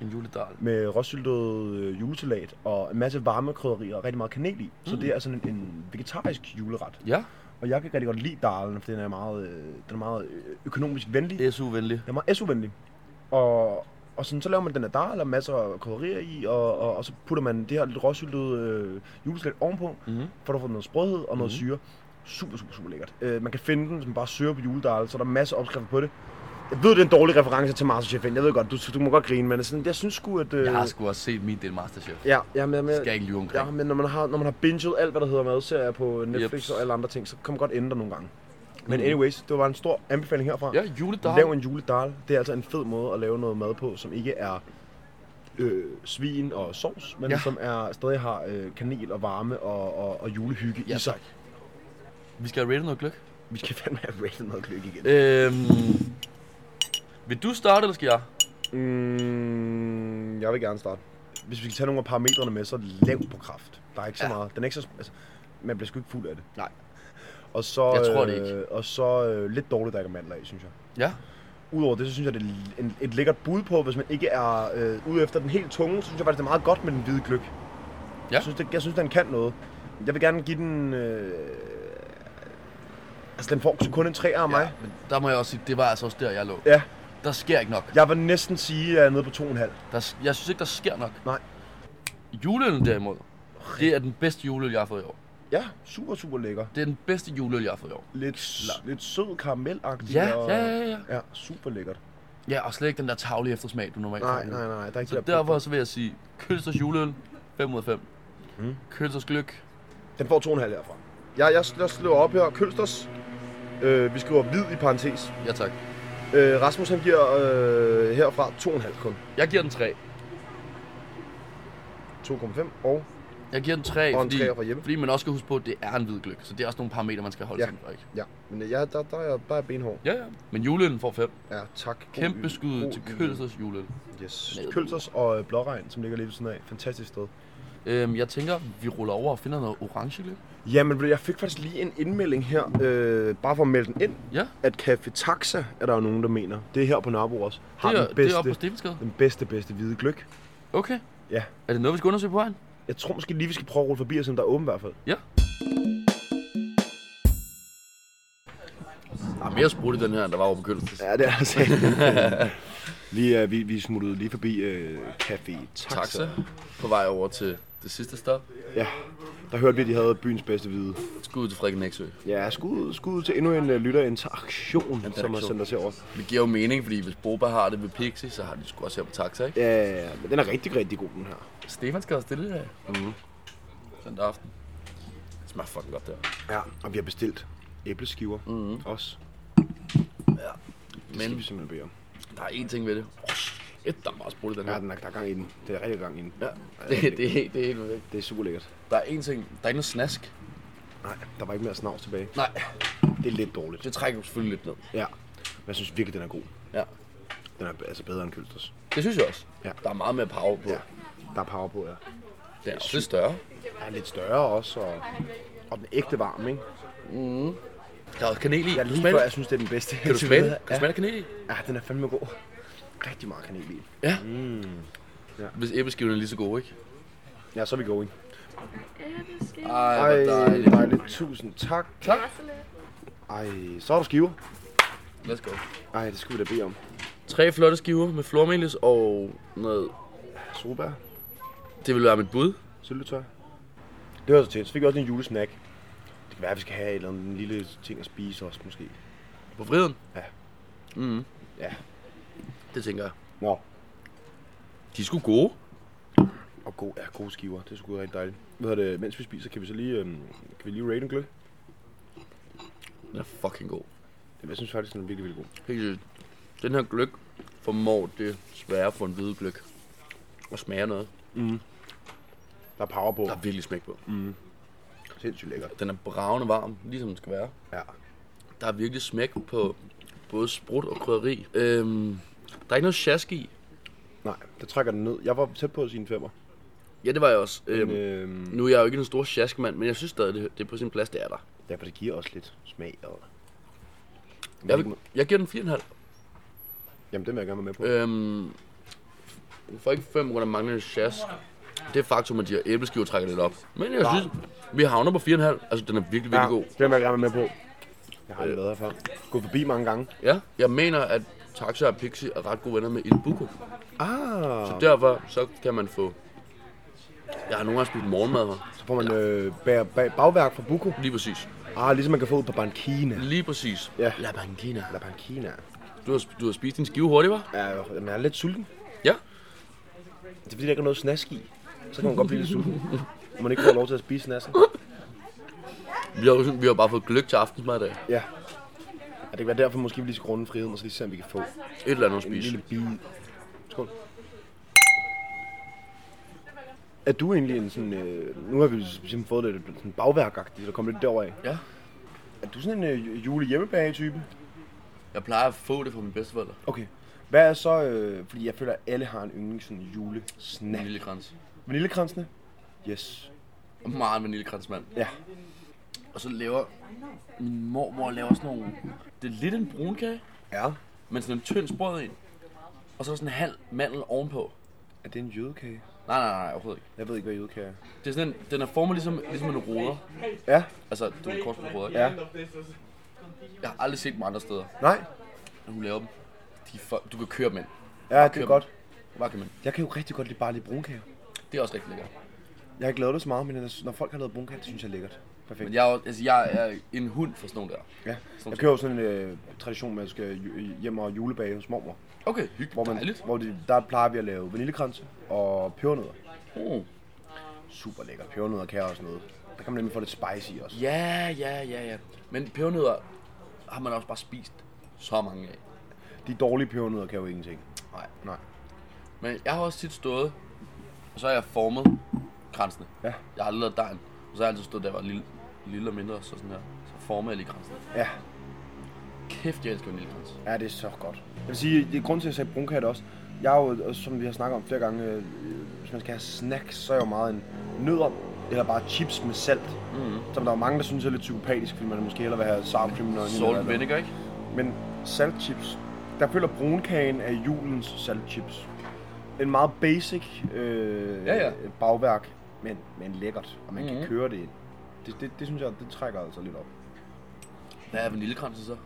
S3: En juledal.
S2: med råsyltet øh, juletalat og en masse varme krydderier og rigtig meget kanel i. Så det er sådan en, en vegetarisk juleret.
S3: Ja,
S2: Og jeg kan rigtig godt lide dalen, for den er meget, øh, den er meget øh, økonomisk venlig.
S3: det er SU-venlig.
S2: Den er meget SU-venlig. Og, og sådan, så laver man den her dal og masser af krydderier i, og, og, og så putter man det her lidt råsyltede øh, juleslæt ovenpå,
S3: Mhm.
S2: for at få noget sprødhed og noget
S3: Mhm.
S2: syre. Super, super, super lækkert. Øh, man kan finde den, hvis man bare søger på juledal, så er der masser af opskrifter på det. Jeg ved, det er en dårlig reference til Masterchef, jeg ved godt, du, du må godt grine, men sådan, jeg synes sgu, at... Øh,
S3: Jeg har sgu også set min del Masterchef.
S2: ja, ja, men, men,
S3: Skal jeg ikke lyve
S2: ja,
S3: omkring.
S2: men når man har, når man har binget alt, hvad der hedder madserier på Netflix
S3: Yep.
S2: og alle andre ting, så kan man godt ændre nogle gange. Men
S3: Mhm.
S2: anyways, det var en stor anbefaling herfra.
S3: Ja, juledal.
S2: Lav en juledal. Det er altså en fed måde at lave noget mad på, som ikke er øh, svin og sovs, men
S3: Ja.
S2: ja. som er, stadig har øh, kanel og varme og, og, og julehygge
S3: Ja,
S2: i sig.
S3: Vi skal have rated noget gløk.
S2: Vi skal fandme have rated noget gløk igen.
S3: Øhm, vil du starte, eller skal jeg?
S2: Mm, jeg vil gerne starte. Hvis vi kan tage nogle af parametrene med, så lav på kraft. Der er ikke så
S3: Ja.
S2: ja. meget. Den er ikke så, altså, man bliver sgu ikke fuld af det.
S3: Nej.
S2: Og så,
S3: Jeg tror det ikke.
S2: Øh, og så øh, lidt dårligt, der ikke er mandler i, synes jeg.
S3: Ja.
S2: Udover det, så synes jeg, det er en, et lækkert bud på, hvis man ikke er øh, ude efter den helt tunge, så synes jeg faktisk, det er meget godt med den hvide gløk.
S3: Ja.
S2: Jeg, synes, det, jeg synes, den kan noget. Jeg vil gerne give den... Øh, altså, den får kun en 3 af mig.
S3: ja. Men der må jeg også sige, det var altså også der, jeg lå.
S2: Ja.
S3: Der sker ikke nok.
S2: Jeg vil næsten sige, at jeg er nede på 2,5.
S3: Der, jeg synes ikke, der sker nok.
S2: Nej.
S3: Juleøl derimod, det er den bedste juleøl, jeg har fået i år.
S2: Ja, super, super lækker.
S3: Det er den bedste juleøl, jeg har fået i år.
S2: Lidt,
S3: Klar.
S2: lidt sød karamelagtig.
S3: Ja,
S2: og,
S3: ja, ja, ja.
S2: Ja, super lækkert.
S3: Ja, og slet ikke den der tavlige eftersmag, du normalt
S2: Nej,
S3: får.
S2: nej, nej, der er ikke
S3: Så
S2: det der
S3: derfor så vil jeg sige, Kølsters juleøl, 5 ud af 5. Mm. Kølsters gløk,
S2: Den får 2,5 herfra. Jeg, jeg, jeg skriver op her. Kølsters. Øh, vi skriver hvid i parentes.
S3: ja tak.
S2: Øh, Rasmus han giver øh, herfra 2,5 kun.
S3: Jeg giver den 3.
S2: 2,5 og...
S3: Jeg giver den 3,
S2: Og en
S3: fordi,
S2: treer fra Jeppe.
S3: fordi man også skal huske på, at det er en hvid gløk. Så det er også nogle parametre, man skal holde
S2: Ja.
S3: sig for, ikke?
S2: Ja, men øh, ja, der, der, er, der er benhård.
S3: Ja, ja. Men juleølen får 5.
S2: Ja, tak. God
S3: Kæmpe
S2: jul.
S3: skud
S2: God
S3: til
S2: jul.
S3: Kølsters juleøl.
S2: Yes. Kølsters og øh, blåregn, som ligger lige ved siden af. Fantastisk sted.
S3: Øhm, jeg tænker, vi ruller over og finder noget orange gløk.
S2: Jamen, ved du, jeg fik faktisk lige en indmelding her, øh, bare for at melde den ind,
S3: Ja.
S2: at Café Taxa er der jo nogen, der mener. Det er her på Nørrebro også. Har
S3: Det er,
S2: den
S3: det er
S2: bedste,
S3: oppe på Stevensgade.
S2: den bedste, bedste hvide gløk.
S3: Okay.
S2: Ja.
S3: Er det noget, vi skal undersøge på vejen?
S2: Jeg tror måske lige, vi skal prøve at rulle forbi og se, om der er åben i hvert fald.
S3: Der er mere sprudt i den her, end der var over på Kølsters.
S2: Ja, det er altså lige, øh, vi, vi smuttede lige forbi øh, Café Taxa.
S3: Taxa på vej over til det sidste stop.
S2: Ja, der hørte vi, at de havde byens bedste hvide.
S3: Skud til Frederik Nexø.
S2: Ja, skud, skud til endnu en uh, lytterinteraktion, som har
S3: interaktion.
S2: sendt os herover.
S3: Det giver jo mening, fordi hvis Boba har det ved Pixie, så har de sgu også her på Taxa, ikke?
S2: Ja, ja, ja, men den er rigtig, rigtig god, den her.
S3: Stefan skal også stille i dag. Mm. Søndag aften. Det smager fucking godt der.
S2: Ja, og vi har bestilt æbleskiver mm-hmm. også. Det skal
S3: Mhm. Men
S2: vi simpelthen bede om.
S3: der er én ting ved det. Oh, et, der er meget sprudt i den her.
S2: Ja, den er, der er gang i den. Det er rigtig gang i den.
S3: Ja, det, det, er helt, det er helt vildt.
S2: Det er super lækkert.
S3: Der er én ting. Der er ikke noget snask.
S2: Nej, der var ikke mere snavs tilbage.
S3: Nej,
S2: Det er lidt dårligt.
S3: det trækker jo selvfølgelig lidt ned.
S2: Ja, men jeg synes virkelig, den er god.
S3: Ja.
S2: Den er altså bedre end Kølsters.
S3: Det synes jeg også.
S2: Ja.
S3: Der er meget mere power på.
S2: Ja. Der er power på, ja.
S3: Den er også lidt større.
S2: Den er lidt større også, og, og den er ægte varm, ikke?
S3: Der er også kanel
S2: Jeg
S3: i.
S2: er
S3: Kan du
S2: lige
S3: smage
S2: før,
S3: det?
S2: jeg synes, det er den bedste.
S3: Kan du smage det? Kan du smage kanel i?
S2: Ja, Ah, den er fandme god. Rigtig meget kanel i.
S3: Ja. Hvis æbleskivene er lige så gode, ikke?
S2: Ja, så er vi going.
S3: Ej,
S2: Ej,
S3: hvor
S2: dejligt.
S3: dejligt.
S2: dejligt. Tusind tak.
S3: Tak.
S2: Ej, så er der skiver.
S3: Let's go.
S2: Ej, det skulle vi da bede om.
S3: Tre flotte skiver med flormelis og noget...
S2: Solbær,
S3: Det vil være mit bud.
S2: syltetøj. Det hører så til. Så fik vi også en julesnack. Det kan være, at vi skal have et eller andet en lille ting at spise også, måske.
S3: På friden?
S2: Ja.
S3: Mm.
S2: Ja.
S3: Det tænker jeg.
S2: Nå,
S3: De er sgu gode.
S2: og gode, ja, gode skiver. Det er sgu rigtig dejligt. Hvad hedder det, mens vi spiser, kan vi så lige, øhm, kan vi lige rate en gløk?
S3: Den er fucking god.
S2: Jamen, Jeg synes faktisk, den er virkelig, virkelig god.
S3: Helt sygt. Den her gløk formår det svære for en hvide gløk at smage noget.
S2: Der er power på.
S3: Der er virkelig smæk på.
S2: Sindssygt lækkert.
S3: Mm. Den er bravende varm, ligesom den skal være.
S2: Ja.
S3: Der er virkelig smæk på både sprut og krydderi. Øhm, der er ikke noget sjask i.
S2: Nej, det trækker den ned. Jeg var tæt på at sige en femmer.
S3: Ja, det var jeg også. Øhm,
S2: Øhm,
S3: nu er jeg jo ikke en stor sjaskemand, men jeg synes stadig, det, det er på sin plads, det er der.
S2: ja, for det giver også lidt smag. Og...
S3: Jeg, vil, jeg giver den 4,5.
S2: Jamen, det vil jeg gerne være med på.
S3: Øhm, den får ikke 5 grund af manglende sjask. Det er faktum, at de her æbleskiver trækker lidt op. Men jeg synes, vi havner på 4,5. Altså, den er virkelig, virkelig ja. god. Øh.
S2: Det vil jeg gerne være med på. Jeg har aldrig været her før. Gå forbi mange gange.
S3: Ja, jeg mener, at Taxa og Pixie er ret gode venner med Il Buco.
S2: Ah,
S3: Så derfor så kan man få... Jeg har nogle gange spist morgenmad her.
S2: så får man øh, bag, bag, bagværk fra Buko.
S3: Lige præcis.
S2: Ah, ligesom man kan få ud på Bankina.
S3: Lige præcis.
S2: Ja.
S3: La Banquina.
S2: Eller Bankina.
S3: Du har, du har spist din skive hurtigt, var?
S2: Ja, jamen, jeg er lidt sulten.
S3: Ja.
S2: Det er fordi, der ikke er noget snask i. Så kan man godt blive lidt sulten. Og man ikke får lov til at spise snassen.
S3: Vi har, jo- vi har bare fået gløk til aftensmad i dag.
S2: Ja. ja det kan være derfor, måske vi lige skal runde friheden, og så lige se, om vi kan få
S3: Et eller andet at
S2: en
S3: spise.
S2: lille bid. Skål. Er du egentlig en sådan... Øh, nu har vi simpelthen fået lidt sådan bagværkagtigt, så kom lidt derover af.
S3: Ja.
S2: Er du sådan en øh, jule-hjemmebage-type?
S3: Jeg plejer at få det fra mine bedsteforældre.
S2: Okay. Hvad er så... Øh, fordi jeg føler, at alle har en yndlings sådan julesnack.
S3: Vaniljekrans.
S2: Vanillekransene? Yes.
S3: Og meget vaniljekransmand.
S2: Ja.
S3: Og så laver... Min mormor laver sådan nogle... Det er lidt en brun kage,
S2: Ja.
S3: men sådan en tynd sprød en. Og så sådan en halv mandel ovenpå.
S2: Er det en jødekage?
S3: Nej, nej, nej, overhovedet ikke.
S2: Jeg ved ikke, hvad jødekage er.
S3: Det er sådan en, den er formet ligesom, ligesom en ruder.
S2: Ja.
S3: Altså, du er kort på ruder, ikke?
S2: Ja.
S3: Jeg har aldrig set dem andre steder,
S2: Nej.
S3: når hun laver dem. De er for, du kan køre dem ind.
S2: Ja, det
S3: køb
S2: er
S3: dem.
S2: godt.
S3: Bare kan man.
S2: Jeg kan jo rigtig godt lide bare lidt brunkager.
S3: Det er også rigtig lækkert.
S2: Jeg har ikke lavet det så meget, men når folk har lavet brunkager, det synes jeg er lækkert. Perfekt.
S3: Men jeg er, jo- altså, jeg er en hund for sådan nogle der.
S2: Ja.
S3: Sådan
S2: Jeg kører jo sådan en øh, tradition med, at jeg skal ju- hjem og julebage hos mormor.
S3: Okay,
S2: Hvor,
S3: hyggeligt.
S2: man,
S3: Dejligt.
S2: hvor de, der plejer vi at lave vaniljekranse og pebernødder.
S3: Oh.
S2: Super lækker. Pebernødder kan jeg også noget. Der kan man nemlig få lidt spice i også.
S3: Ja, ja, ja, ja. Men pebernødder har man også bare spist så mange af.
S2: De dårlige pebernødder kan jo ingenting.
S3: Nej.
S2: Nej.
S3: Men jeg har også tit stået, og så har jeg formet kransene.
S2: Ja.
S3: Jeg har aldrig lavet dejen. Og så har jeg altid stået der, hvor lille, lille og mindre, så sådan her. Så former jeg lige kransen.
S2: Ja,
S3: Kæft, jeg elsker en lille krans.
S2: Ja, det er så godt. Jeg vil sige, det er grund til, at jeg sagde brunkat også. Jeg er jo, og som vi har snakket om flere gange, øh, hvis man skal have snacks, så er jeg jo meget en nødder, eller bare chips med salt.
S3: Mhm.
S2: Mm. Som der er jo mange, der synes er lidt psykopatisk, fordi man måske hellere vil have sour cream and onion.
S3: Salt and
S2: eller-
S3: vinegar, ikke?
S2: Men saltchips, der føler brunkagen af julens saltchips. En meget basic øh,
S3: Ja, Mhm. ja.
S2: bagværk, men, men lækkert, og man mm-hmm. kan køre det ind. Det, det, det synes jeg, det trækker altså lidt op.
S3: Hvad er vaniljekransen så?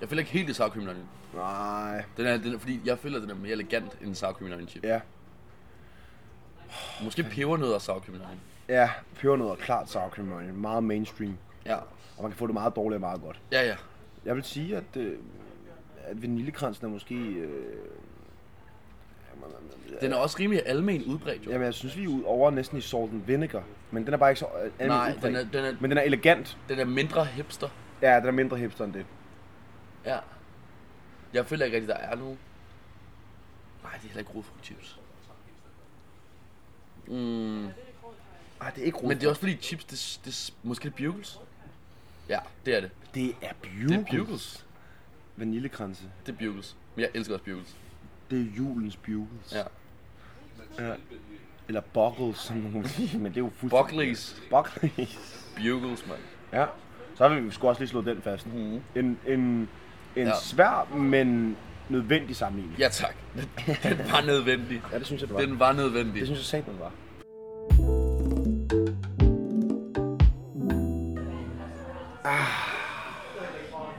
S3: Jeg føler ikke helt det sour cream and onion.
S2: Nej,
S3: Den er, den er, fordi jeg føler, at den er mere elegant end sour cream and onion chip.
S2: ja.
S3: Måske pebernødder og sour cream and onion.
S2: Ja, pebernødder er klart sour cream and onion. Meget mainstream.
S3: Ja.
S2: Og man kan få det meget dårligt og meget godt.
S3: Ja, ja.
S2: Jeg vil sige, at, øh, at vaniljekransen er måske... Øh,
S3: Den er også rimelig almen udbredt, jo.
S2: jamen, jeg synes, vi er ude over næsten i salt and vinegar. Men den er bare ikke så... Øh, almindelig
S3: Nej,
S2: udbredt.
S3: den er, den, er,
S2: Men den er elegant.
S3: den er mindre hipster.
S2: Ja, den er mindre hipster end det.
S3: Ja. Jeg føler ikke rigtig, der er nogen. Nej, det er heller ikke rodfrugtchips. Mm.
S2: Ej, det er ikke
S3: Men det er også fordi chips, det, det, måske er det bugles? Ja, det er det.
S2: Det er bugles.
S3: Det er bugles.
S2: Vaniljekranse.
S3: Det er bugles. Men jeg elsker også bugles.
S2: Det er julens bugles.
S3: Ja.
S2: ja. Eller buckles, som nogen siger, men det er jo fuldstændig...
S3: Buckleys.
S2: Buckleys.
S3: Bugles, mand.
S2: Ja. Så vil vi sgu også lige slå den fast. Mm-hmm. En, en, en
S3: Mhm. Ja.
S2: ja. svær, men nødvendig sammenligning.
S3: Ja tak. Den var nødvendig.
S2: ja, det synes jeg, det var.
S3: Den var nødvendig.
S2: Det synes jeg satan var.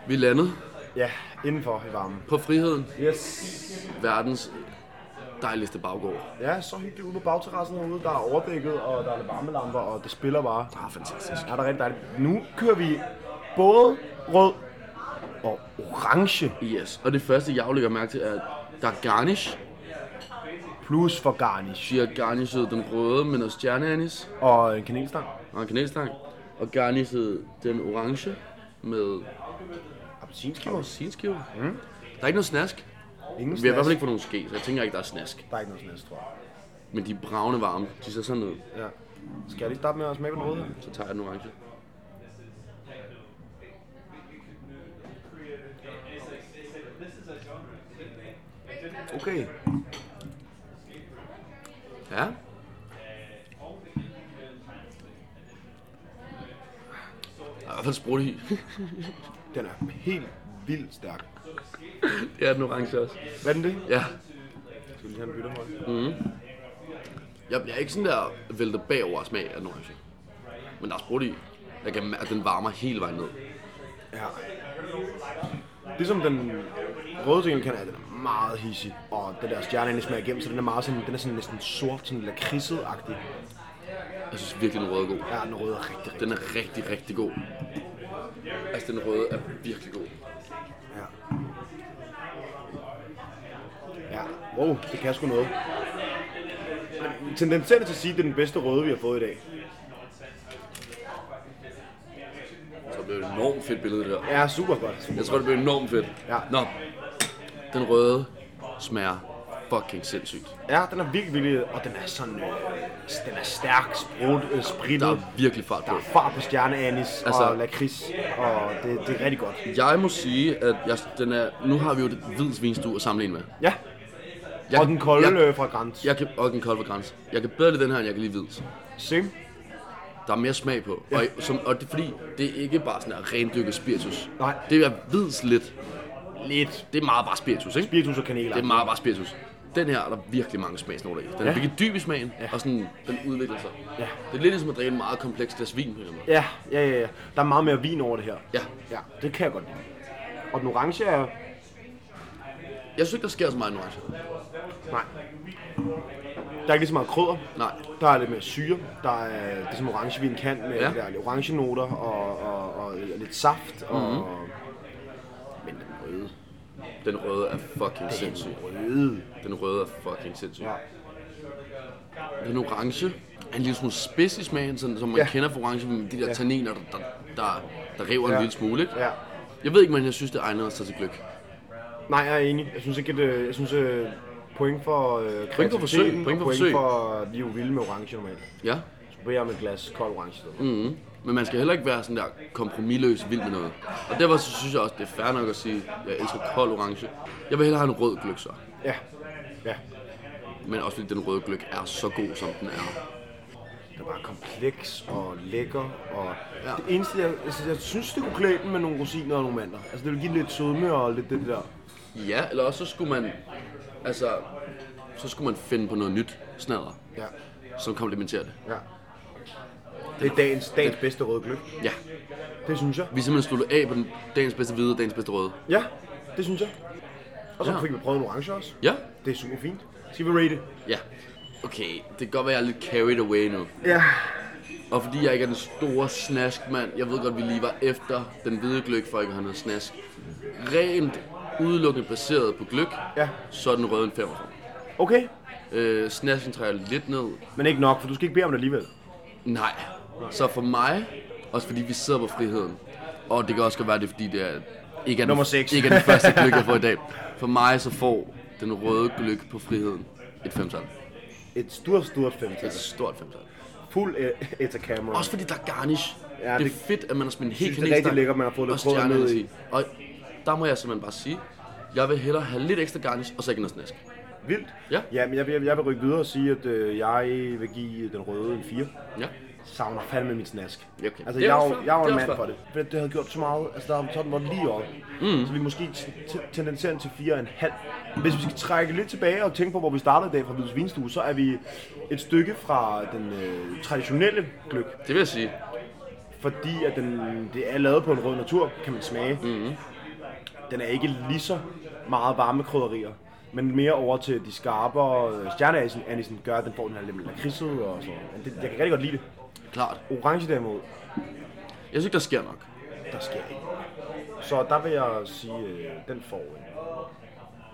S3: Vi landede
S2: Ja, indenfor i varmen.
S3: på friheden.
S2: Yes.
S3: Verdens dejligste baggård.
S2: Ja, så hyggeligt ude på bagterrassen herude. Der er overdækket, og der er lidt varmelamper, og det spiller bare.
S3: Ah, fantastisk.
S2: Ja, der er rigtig dejligt. Nu kører vi både rød og orange
S3: Yes. Og det første, jeg lægger mærke til, er, at der er garnish.
S2: plus for garnish.
S3: De har garnishet den røde med noget stjerneanis
S2: Og en kanelstang.
S3: og en kanelstang. Og garnishet den orange med
S2: Appelsinskiver.
S3: appelsinskiver. Mm. Der er ikke noget snask.
S2: Ingen
S3: Vi har i hvert fald
S2: snask.
S3: ikke fået nogen ske, så jeg tænker ikke, der er snask.
S2: Der er ikke noget snask, tror jeg.
S3: Men de er bravende varme. De ser sådan ud.
S2: Ja. Skal jeg lige starte med at smage på den røde her?
S3: Så tager jeg den orange.
S2: Okay.
S3: Ja. Der er i hvert fald sprudt i.
S2: Den er helt vildt stærk.
S3: det er den orange også.
S2: Hvad er den det?
S3: Ja. Mhm.
S2: Jeg skal lige have en bytte høj.
S3: Jeg, jeg er ikke sådan der væltet bagover af smag af den orange. Men der er sprudt i. Jeg kan mærke, at den varmer hele vejen ned.
S2: Ja. Det som Ligesom den røde ting kan er, den er meget hissig. Og den der stjerne egentlig smager igennem, så den er meget sådan, den er sådan næsten sort, sådan lakridset-agtig.
S3: Jeg synes virkelig, den røde er god.
S2: Ja, den røde er rigtig, rigtig.
S3: Den er rigtig, rigtig god. Altså, den røde er virkelig god.
S2: Ja. Ja, wow, det kan sgu noget. Men Tendenserende til at sige, at det er den bedste røde, vi har fået i dag.
S3: Så det blev et enormt fedt billede, det der.
S2: Ja, super godt. Super
S3: Jeg tror, det blev enormt fedt.
S2: Ja.
S3: Nå, den røde smager fucking sindssygt.
S2: Ja, den er virkelig vildt, og den er sådan, øh, den er stærk, sprut, øh, sprittet.
S3: Der er virkelig fart
S2: der
S3: på.
S2: er far på stjerneanis altså,
S3: Altså-
S2: og lakrids, og det, det er rigtig godt.
S3: Jeg må sige, at jeg, den er, nu har vi jo det hvids vinstue at sammenligne med.
S2: Ja,
S3: Jeg,
S2: og den kolde
S3: Jeg,
S2: øh, fra Grant.
S3: jeg kan, og den kolde fra grænse. Jeg kan bedre lide den her, end jeg kan lide hvids.
S2: Same.
S3: Der er mere smag på. Ja. Og, som, og det er fordi, det er ikke bare sådan her rendyrket spiritus.
S2: Nej.
S3: Det er hvids lidt.
S2: Lidt
S3: Det er meget bare spiritus, ikke?
S2: spiritus og kanel.
S3: Det er meget bare spiritus. Den her er der virkelig mange smagsnoter i. Den er
S2: Ja.
S3: ja. virkelig dyb i smagen,
S2: Ja.
S3: ja. og sådan, den udvikler sig.
S2: Ja.
S3: Det er lidt ligesom at drikke en meget kompleks glas vin. på en eller anden måde.
S2: Ja, ja, ja, ja. Der er meget mere vin over det her.
S3: Ja.
S2: Ja, det kan jeg godt lide. Og den orange er...
S3: Jeg synes ikke, der sker så meget nu, altså.
S2: Nej. Der er ikke lige så meget krydder.
S3: Nej.
S2: Der er lidt mere syre. Der er det, som orangevin kan med
S3: Ja.
S2: ja. der lidt orange noter og, og, og, lidt saft. Og,
S3: Mhm.
S2: mm-hmm. Men den røde.
S3: Den røde er fucking sindssyg.
S2: Den røde.
S3: Den røde er fucking sindssyg.
S2: Ja.
S3: Den orange er en lille smule spids i smagen, sådan, som man
S2: Ja.
S3: ja. kender fra orange, med de der
S2: Ja.
S3: ja. tanniner, der, der, der, der river ja.
S2: Ja.
S3: en lille smule. Ikke?
S2: Ja.
S3: Jeg ved ikke, men jeg synes, det egner sig til gløk.
S2: Nej, jeg er enig. Jeg synes ikke, at... øh, Jeg synes, øh, point for øh,
S3: Point for forsøg.
S2: kreativiteten
S3: Point for
S2: og
S3: forsøg.
S2: for, at vi er jo vilde med orange normalt.
S3: Ja.
S2: Så beder jeg med et glas kold orange i stedet. Mm.
S3: Men man skal heller ikke være sådan der kompromilløs vild med noget. Og derfor så synes jeg også, det er fair nok at sige, at jeg elsker kold orange. Jeg vil hellere have en rød gløk så.
S2: Ja. Ja.
S3: Men også fordi den røde gløk er så god, som den er.
S2: Den er bare kompleks og lækker. Og ja.
S3: Ja.
S2: Det eneste, jeg, altså, jeg synes, det kunne klæde den med nogle rosiner og nogle mandler. Altså, det ville give den lidt sødme og lidt det der.
S3: Ja, eller også så skulle man, altså, så skulle man finde på noget nyt snadder,
S2: Ja.
S3: som komplementerer det.
S2: ja. Det er dagens, dagens bedste røde gløb.
S3: Ja,
S2: Det synes jeg.
S3: vi er simpelthen sluttet af på den dagens bedste hvide og dagens bedste røde.
S2: Ja, det synes jeg. Og så
S3: Ja.
S2: fik vi prøvet en orange også.
S3: Ja?
S2: Det er super fint. Skal vi rate det?
S3: Ja. Okay, det kan godt være, jeg er lidt carried away nu.
S2: Ja.
S3: Og fordi jeg ikke er den store snaskmand, jeg ved godt, vi lige var efter den hvide gløk, for ikke at have noget snask. Rent udelukkende baseret på gløk,
S2: Ja.
S3: så er den røde en femmer. for mig.
S2: Okay.
S3: Øh, snasken træder lidt ned.
S2: Men ikke nok, for du skal ikke bede om det alligevel.
S3: Nej. Så for mig, også fordi vi sidder på friheden, og det kan også godt være, det er fordi, det er ikke er
S2: Nummer
S3: den,
S2: seks.
S3: ikke er den første gløk, jeg får i dag. For mig så får den røde gløk på friheden et femtal.
S2: Et stort, stort femtal.
S3: Et stort femtal.
S2: Fuld et- et af kamera.
S3: Også fordi der er garnish.
S2: Ja,
S3: Ja, det, det
S2: det-
S3: er fedt, at man har smidt en helt
S2: synes, det er rigtig lækkert, man har fået lidt krydder ned i.
S3: altså. Og der må jeg simpelthen bare sige, jeg vil hellere have lidt ekstra garnish, og så ikke noget snask.
S2: Vildt.
S3: Ja.
S2: Ja, men jeg, jeg, jeg vil rykke videre og sige, at øh, jeg vil give den røde en 4.
S3: Ja.
S2: savner fandme mit snask.
S3: Ja, okay.
S2: Altså,
S3: Det er
S2: jeg, er
S3: også
S2: jo-
S3: fair.
S2: jeg er jo
S3: Det
S2: en
S3: er
S2: mand
S3: også
S2: for det. For det havde gjort så meget, altså der sådan var den lige op. Mm. Så vi er måske t- t- tendenserende til fire og en halv. Hvis vi skal trække lidt tilbage og tænke på, hvor vi startede i dag fra Hvides Vinstue, så er vi et stykke fra den øh, traditionelle gløk.
S3: Det vil jeg sige.
S2: Fordi at den, det er lavet på en rød natur, kan man smage. Mm. Den er ikke lige så meget varme krydderier. Men mere over til de skarpe øh, stjerneanisen anisen gør, at den får den her lidt lakridset og sådan noget. Men det, jeg kan rigtig godt lide det.
S3: Klart.
S2: Orange derimod,
S3: Jeg synes ikke, der sker nok.
S2: der sker ikke. Så der vil jeg sige, øh, den får en.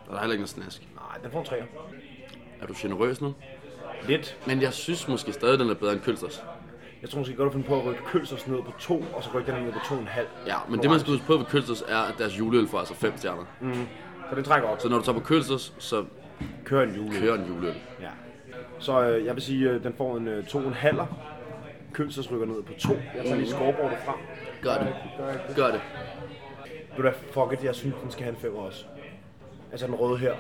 S3: Og der er heller ikke noget snask.
S2: Nej, den får en træer.
S3: Er du generøs nu?
S2: Lidt.
S3: Men jeg synes måske stadig, den er bedre end Kølsters.
S2: Jeg tror måske godt at finde på at rykke kølsers ned på to, og så rykke den ned på to og en halv.
S3: Ja, men det man skal huske på ved Kølsters er, at deres juleøl får altså fem stjerner. Mm.
S2: Så det trækker op.
S3: Så når du tager på Kølsters, så
S2: Kør en jule.
S3: kører en juleøl.
S2: Ja. Så øh, jeg vil sige, øh, den får en øh, to og en halver. Kølsters rykker ned på to. Jeg tager lige scoreboardet frem.
S3: Gør det. Gør det.
S2: Ved du hvad, fuck it, jeg synes, den skal have en femmer også. Altså den røde her.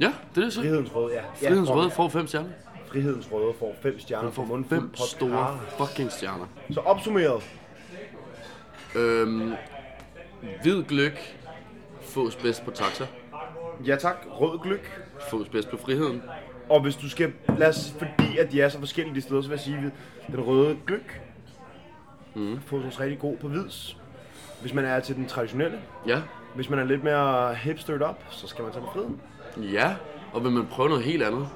S3: Ja, det er så.
S2: Frihedens røde, ja. ja
S3: Frihedens
S2: fuck
S3: Røde
S2: it.
S3: får fem stjerner.
S2: Frihedens røde får fem stjerner
S3: Den
S2: for
S3: får
S2: mundfuld
S3: fem
S2: podcast.
S3: store fucking stjerner.
S2: Så opsummeret.
S3: Øhm, hvid gløk fås bedst på taxa.
S2: Ja tak, rød gløk.
S3: Fås bedst på friheden.
S2: Og hvis du skal, lad os, fordi at de er så forskellige de steder, så vil jeg sige, at den røde gløk mm. får os rigtig god på hvids. Hvis man er til den traditionelle,
S3: Ja,
S2: hvis man er lidt mere hipstert op, så skal man tage med friden.
S3: ja. Og vil man prøve noget helt andet,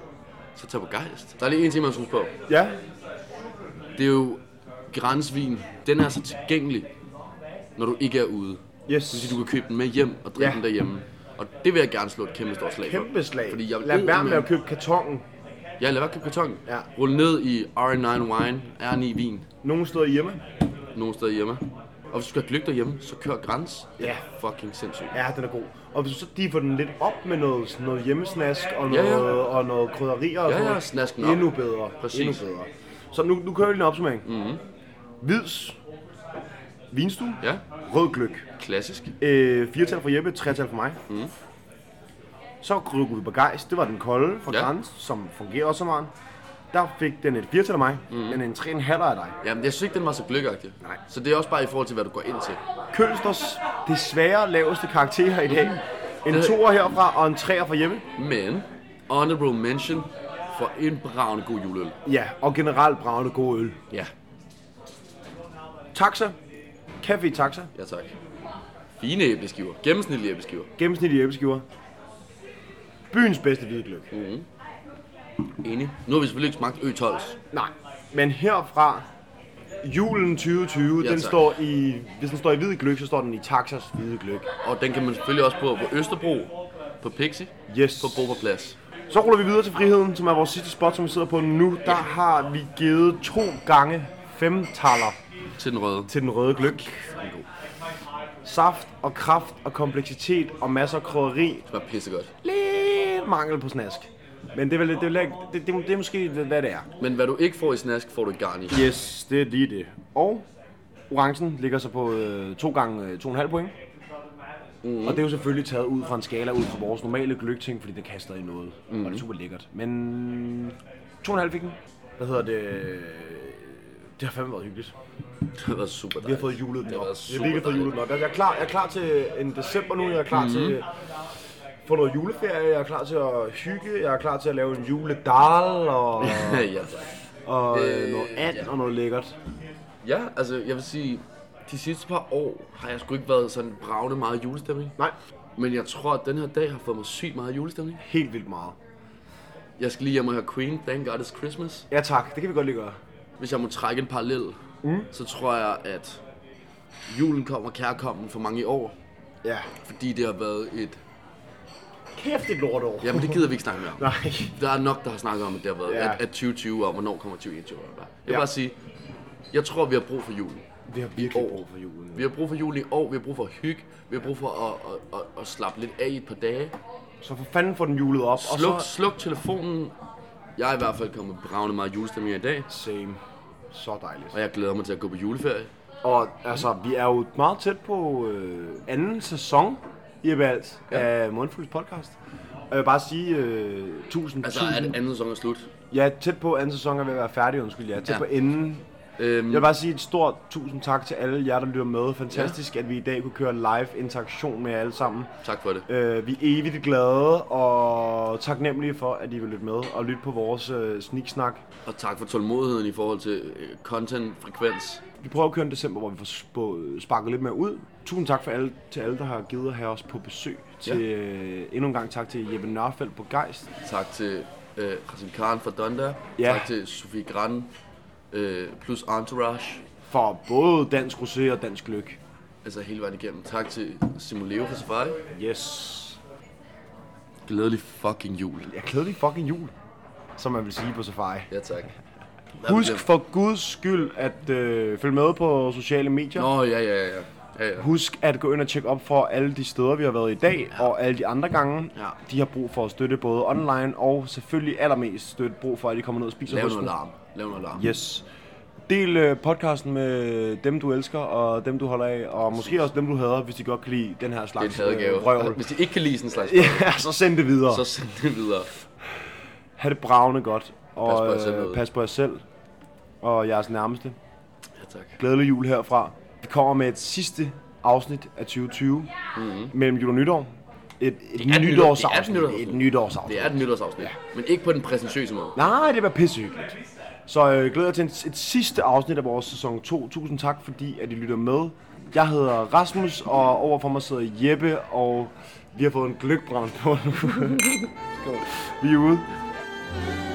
S3: så tag på gejst. Der er lige en ting, man skal huske på.
S2: Ja,
S3: Det er jo grænsvin. Den er så tilgængelig, når du ikke er ude.
S2: yes.
S3: Du kan købe den med hjem og drikke
S2: Ja.
S3: ja. den derhjemme. Og det vil jeg gerne slå et kæmpe stort slag for.
S2: Kæmpe slag.
S3: Fordi jeg vil
S2: lad være med
S3: eddermame-
S2: at købe kartongen.
S3: Ja, lad være købe karton.
S2: Ja.
S3: Rul ned i R9 Wine, R9 Vin,
S2: Nogle steder hjemme.
S3: nogen steder hjemme. Og hvis du skal have gløk derhjemme, så kør græns. Det er
S2: Ja.
S3: Fucking sindssygt.
S2: Ja, den er god. Og hvis du så de får den lidt op med noget, sådan noget hjemmesnask og
S3: Ja,
S2: noget,
S3: ja.
S2: og noget krydderier og
S3: Ja,
S2: sådan
S3: ja,
S2: noget.
S3: snask den op.
S2: Endnu bedre.
S3: Præcis. Mhm.
S2: Endnu bedre. Så nu, nu kører vi en opsummering. Mm-hmm. Hvids. Vinstue.
S3: Ja,
S2: Rød gløk.
S3: klassisk.
S2: Øh, firetal for Jeppe, tretal for mig.
S3: Mhm.
S2: Mm. Så rykker vi på Geist. Det var den kolde fra ja.
S3: Ja.
S2: Grans, som fungerer også som varen. Der fik den et firetal af mig,
S3: Mhm.
S2: mm. men en tre en halver af dig.
S3: Jamen, jeg synes ikke, den var så gløkagtig.
S2: Nej.
S3: Så det er også bare i forhold til, hvad du går ind til.
S2: Kølsters desværre laveste karakter i dag. En
S3: Det-
S2: toer herfra og en treer fra hjemme.
S3: Men, honorable mention for en bravende god juleøl.
S2: Ja, og generelt bravende god øl.
S3: Ja,
S2: Taxa. Café Taxa.
S3: ja tak. Fine æbleskiver. Gennemsnitlige æbleskiver.
S2: Gennemsnitlige æbleskiver. Byens bedste hvidgløk.
S3: Enig. Nu har vi selvfølgelig ikke smagt Ø12's.
S2: Nej, men herfra, julen 2020,
S3: Ja,
S2: den
S3: tak.
S2: står i, hvis den står i hvid gløk, så står den i Taxas hvide gløk.
S3: Og den kan man selvfølgelig også på på Østerbro, på Pixie,
S2: Yes.
S3: på Boberplads.
S2: Så ruller vi videre til friheden, som er vores sidste spot, som vi sidder på nu. Der har vi givet to gange fem taler
S3: Til den røde.
S2: til den røde gløk. Saft og kraft og kompleksitet og masser af krydderi
S3: Det var pissegodt.
S2: lidt mangel på snask. Men det er, vel, det, er, vel ikke- det, det, det er måske, hvad det er.
S3: Men hvad du ikke får i snask, får du i garn i.
S2: Yes, det er lige det. Og orangen ligger så på øh, 2 gange øh, 2,5 point. Mm. Og det er jo selvfølgelig taget ud fra en skala, ud fra vores normale gløgting, fordi det kaster i noget. Mm. Og det er super lækkert. Men 2,5 fik den. Hvad hedder det? Det har fandme været hyggeligt.
S3: Det har været
S2: Vi har
S3: super dejligt.
S2: fået julet den
S3: Det
S2: op.
S3: har været
S2: Vi har
S3: super
S2: virkelig fået
S3: dejligt.
S2: julet den op. Jeg er klar, jeg er klar til en december nu. Jeg er klar mm. til få noget juleferie. Jeg er klar til at hygge. Jeg er klar til at lave en juledal og,
S3: ja, tak.
S2: og øh,
S3: Øh,
S2: noget and
S3: ja.
S2: og noget lækkert.
S3: Ja, altså jeg vil sige, de sidste par år har jeg sgu ikke været sådan bravende meget julestemning.
S2: Nej,
S3: Men jeg tror, at den her dag har fået mig sygt meget julestemning.
S2: helt vildt meget.
S3: Jeg skal lige hjem og høre Queen, Thank God It's Christmas.
S2: Ja tak, det kan vi godt lige gøre.
S3: Hvis jeg må trække en parallel, mm. så tror jeg, at julen kommer kærkommen for mange i år.
S2: Ja.
S3: Fordi det har været et...
S2: Kæft et lortår.
S3: Jamen det gider vi ikke snakke mere om.
S2: Nej.
S3: Der er nok, der har snakket om, at det har været
S2: Ja.
S3: ja. at, at 2020 og hvornår kommer 2021. og bla, bla. Jeg vil
S2: Ja.
S3: bare sige, jeg tror, vi har brug for julen.
S2: Vi har virkelig brug for julen.
S3: Vi har brug for julen i år, vi har brug for hygge, vi har brug for at, at, at, at slappe lidt af i et par dage.
S2: Så for fanden får den julet op.
S3: Sluk,
S2: Og så...
S3: sluk telefonen. Jeg er i hvert fald kommet bravende meget julestemning i dag,
S2: Same. Så dejligt.
S3: og jeg glæder mig til at gå på juleferie.
S2: Og altså, vi er jo meget tæt på øh, anden sæson, i alt, ja. af Mundfulds podcast. Og jeg vil bare sige, øh, tusind,
S3: Altså, er
S2: tusind...
S3: det anden sæson er slut.
S2: Ja, tæt på anden sæson er ved at være færdig, undskyld. Ja, tæt ja.
S3: Ja.
S2: på enden.
S3: Øhm,
S2: Jeg vil bare sige et stort tusind tak til alle jer, der lytter med. Fantastisk, ja. at vi i dag kunne køre live interaktion med jer alle sammen.
S3: Tak for det.
S2: Øh, vi er evigt glade og taknemmelige for, at I vil lytte med og lytte på vores øh, sniksnak.
S3: Og tak for tålmodigheden i forhold til øh, content-frekvens.
S2: Vi prøver at køre en december, hvor vi får sp- sparket lidt mere ud. Tusind tak for alle, til alle, der har givet at have os på besøg. Til,
S3: Ja.
S2: øh, endnu en gang tak til Jeppe Nørfeldt på Geist.
S3: Tak til øh, Rasim Khan fra Donda.
S2: Ja.
S3: Tak til Sofie Gran øh, plus Entourage.
S2: For både dansk rosé og dansk lyk.
S3: Altså hele vejen igennem. Tak til Simon Leo fra Safari.
S2: Yes.
S3: Glædelig fucking jul.
S2: Jeg glædelig fucking jul, som man vil sige på safari.
S3: Ja, tak.
S2: Husk for guds skyld at øh, følge med på sociale medier.
S3: Nå, ja, ja, ja. Ja, ja.
S2: Husk at gå ind og tjekke op for alle de steder, vi har været i dag, og alle de andre gange.
S3: Ja.
S2: De har brug for at støtte både online, og selvfølgelig allermest støtte brug for, at de kommer ned og spiser
S3: Lav
S2: hos
S3: noget
S2: dem.
S3: larm. Lav noget larm.
S2: Yes. Del øh, podcasten med dem, du elsker, og dem, du holder af, og måske også dem, du hader, hvis de godt kan lide den her
S3: Det er en
S2: slags
S3: hadegave.
S2: øh, røvl.
S3: Hvis de ikke kan lide sådan en slags
S2: Ja, så send det videre.
S3: så
S2: Så...
S3: send det videre.
S2: Ha' det bravende godt,
S3: Pas på
S2: og
S3: jer selv derude.
S2: øh, pas på jer selv, og jeres nærmeste.
S3: Ja, tak.
S2: glædelig jul herfra. Vi kommer med et sidste afsnit af 2020 mm-hmm. mellem jul og nytår. Et, et,
S3: Mhm. er et
S2: nytårsafsnit.
S3: nytår- det er et
S2: Et nytårsafsnit.
S3: Det er et nytårsafsnit, men ikke på den præsentøse måde.
S2: Nej, det var pissehyggeligt. Så øh, glæder jeg til et, et sidste afsnit af vores sæson 2. Tusind tak, fordi at I lytter med. Jeg hedder Rasmus, og overfor mig sidder Jeppe, og vi har fået en gløgbrand på nu. Vi er ude.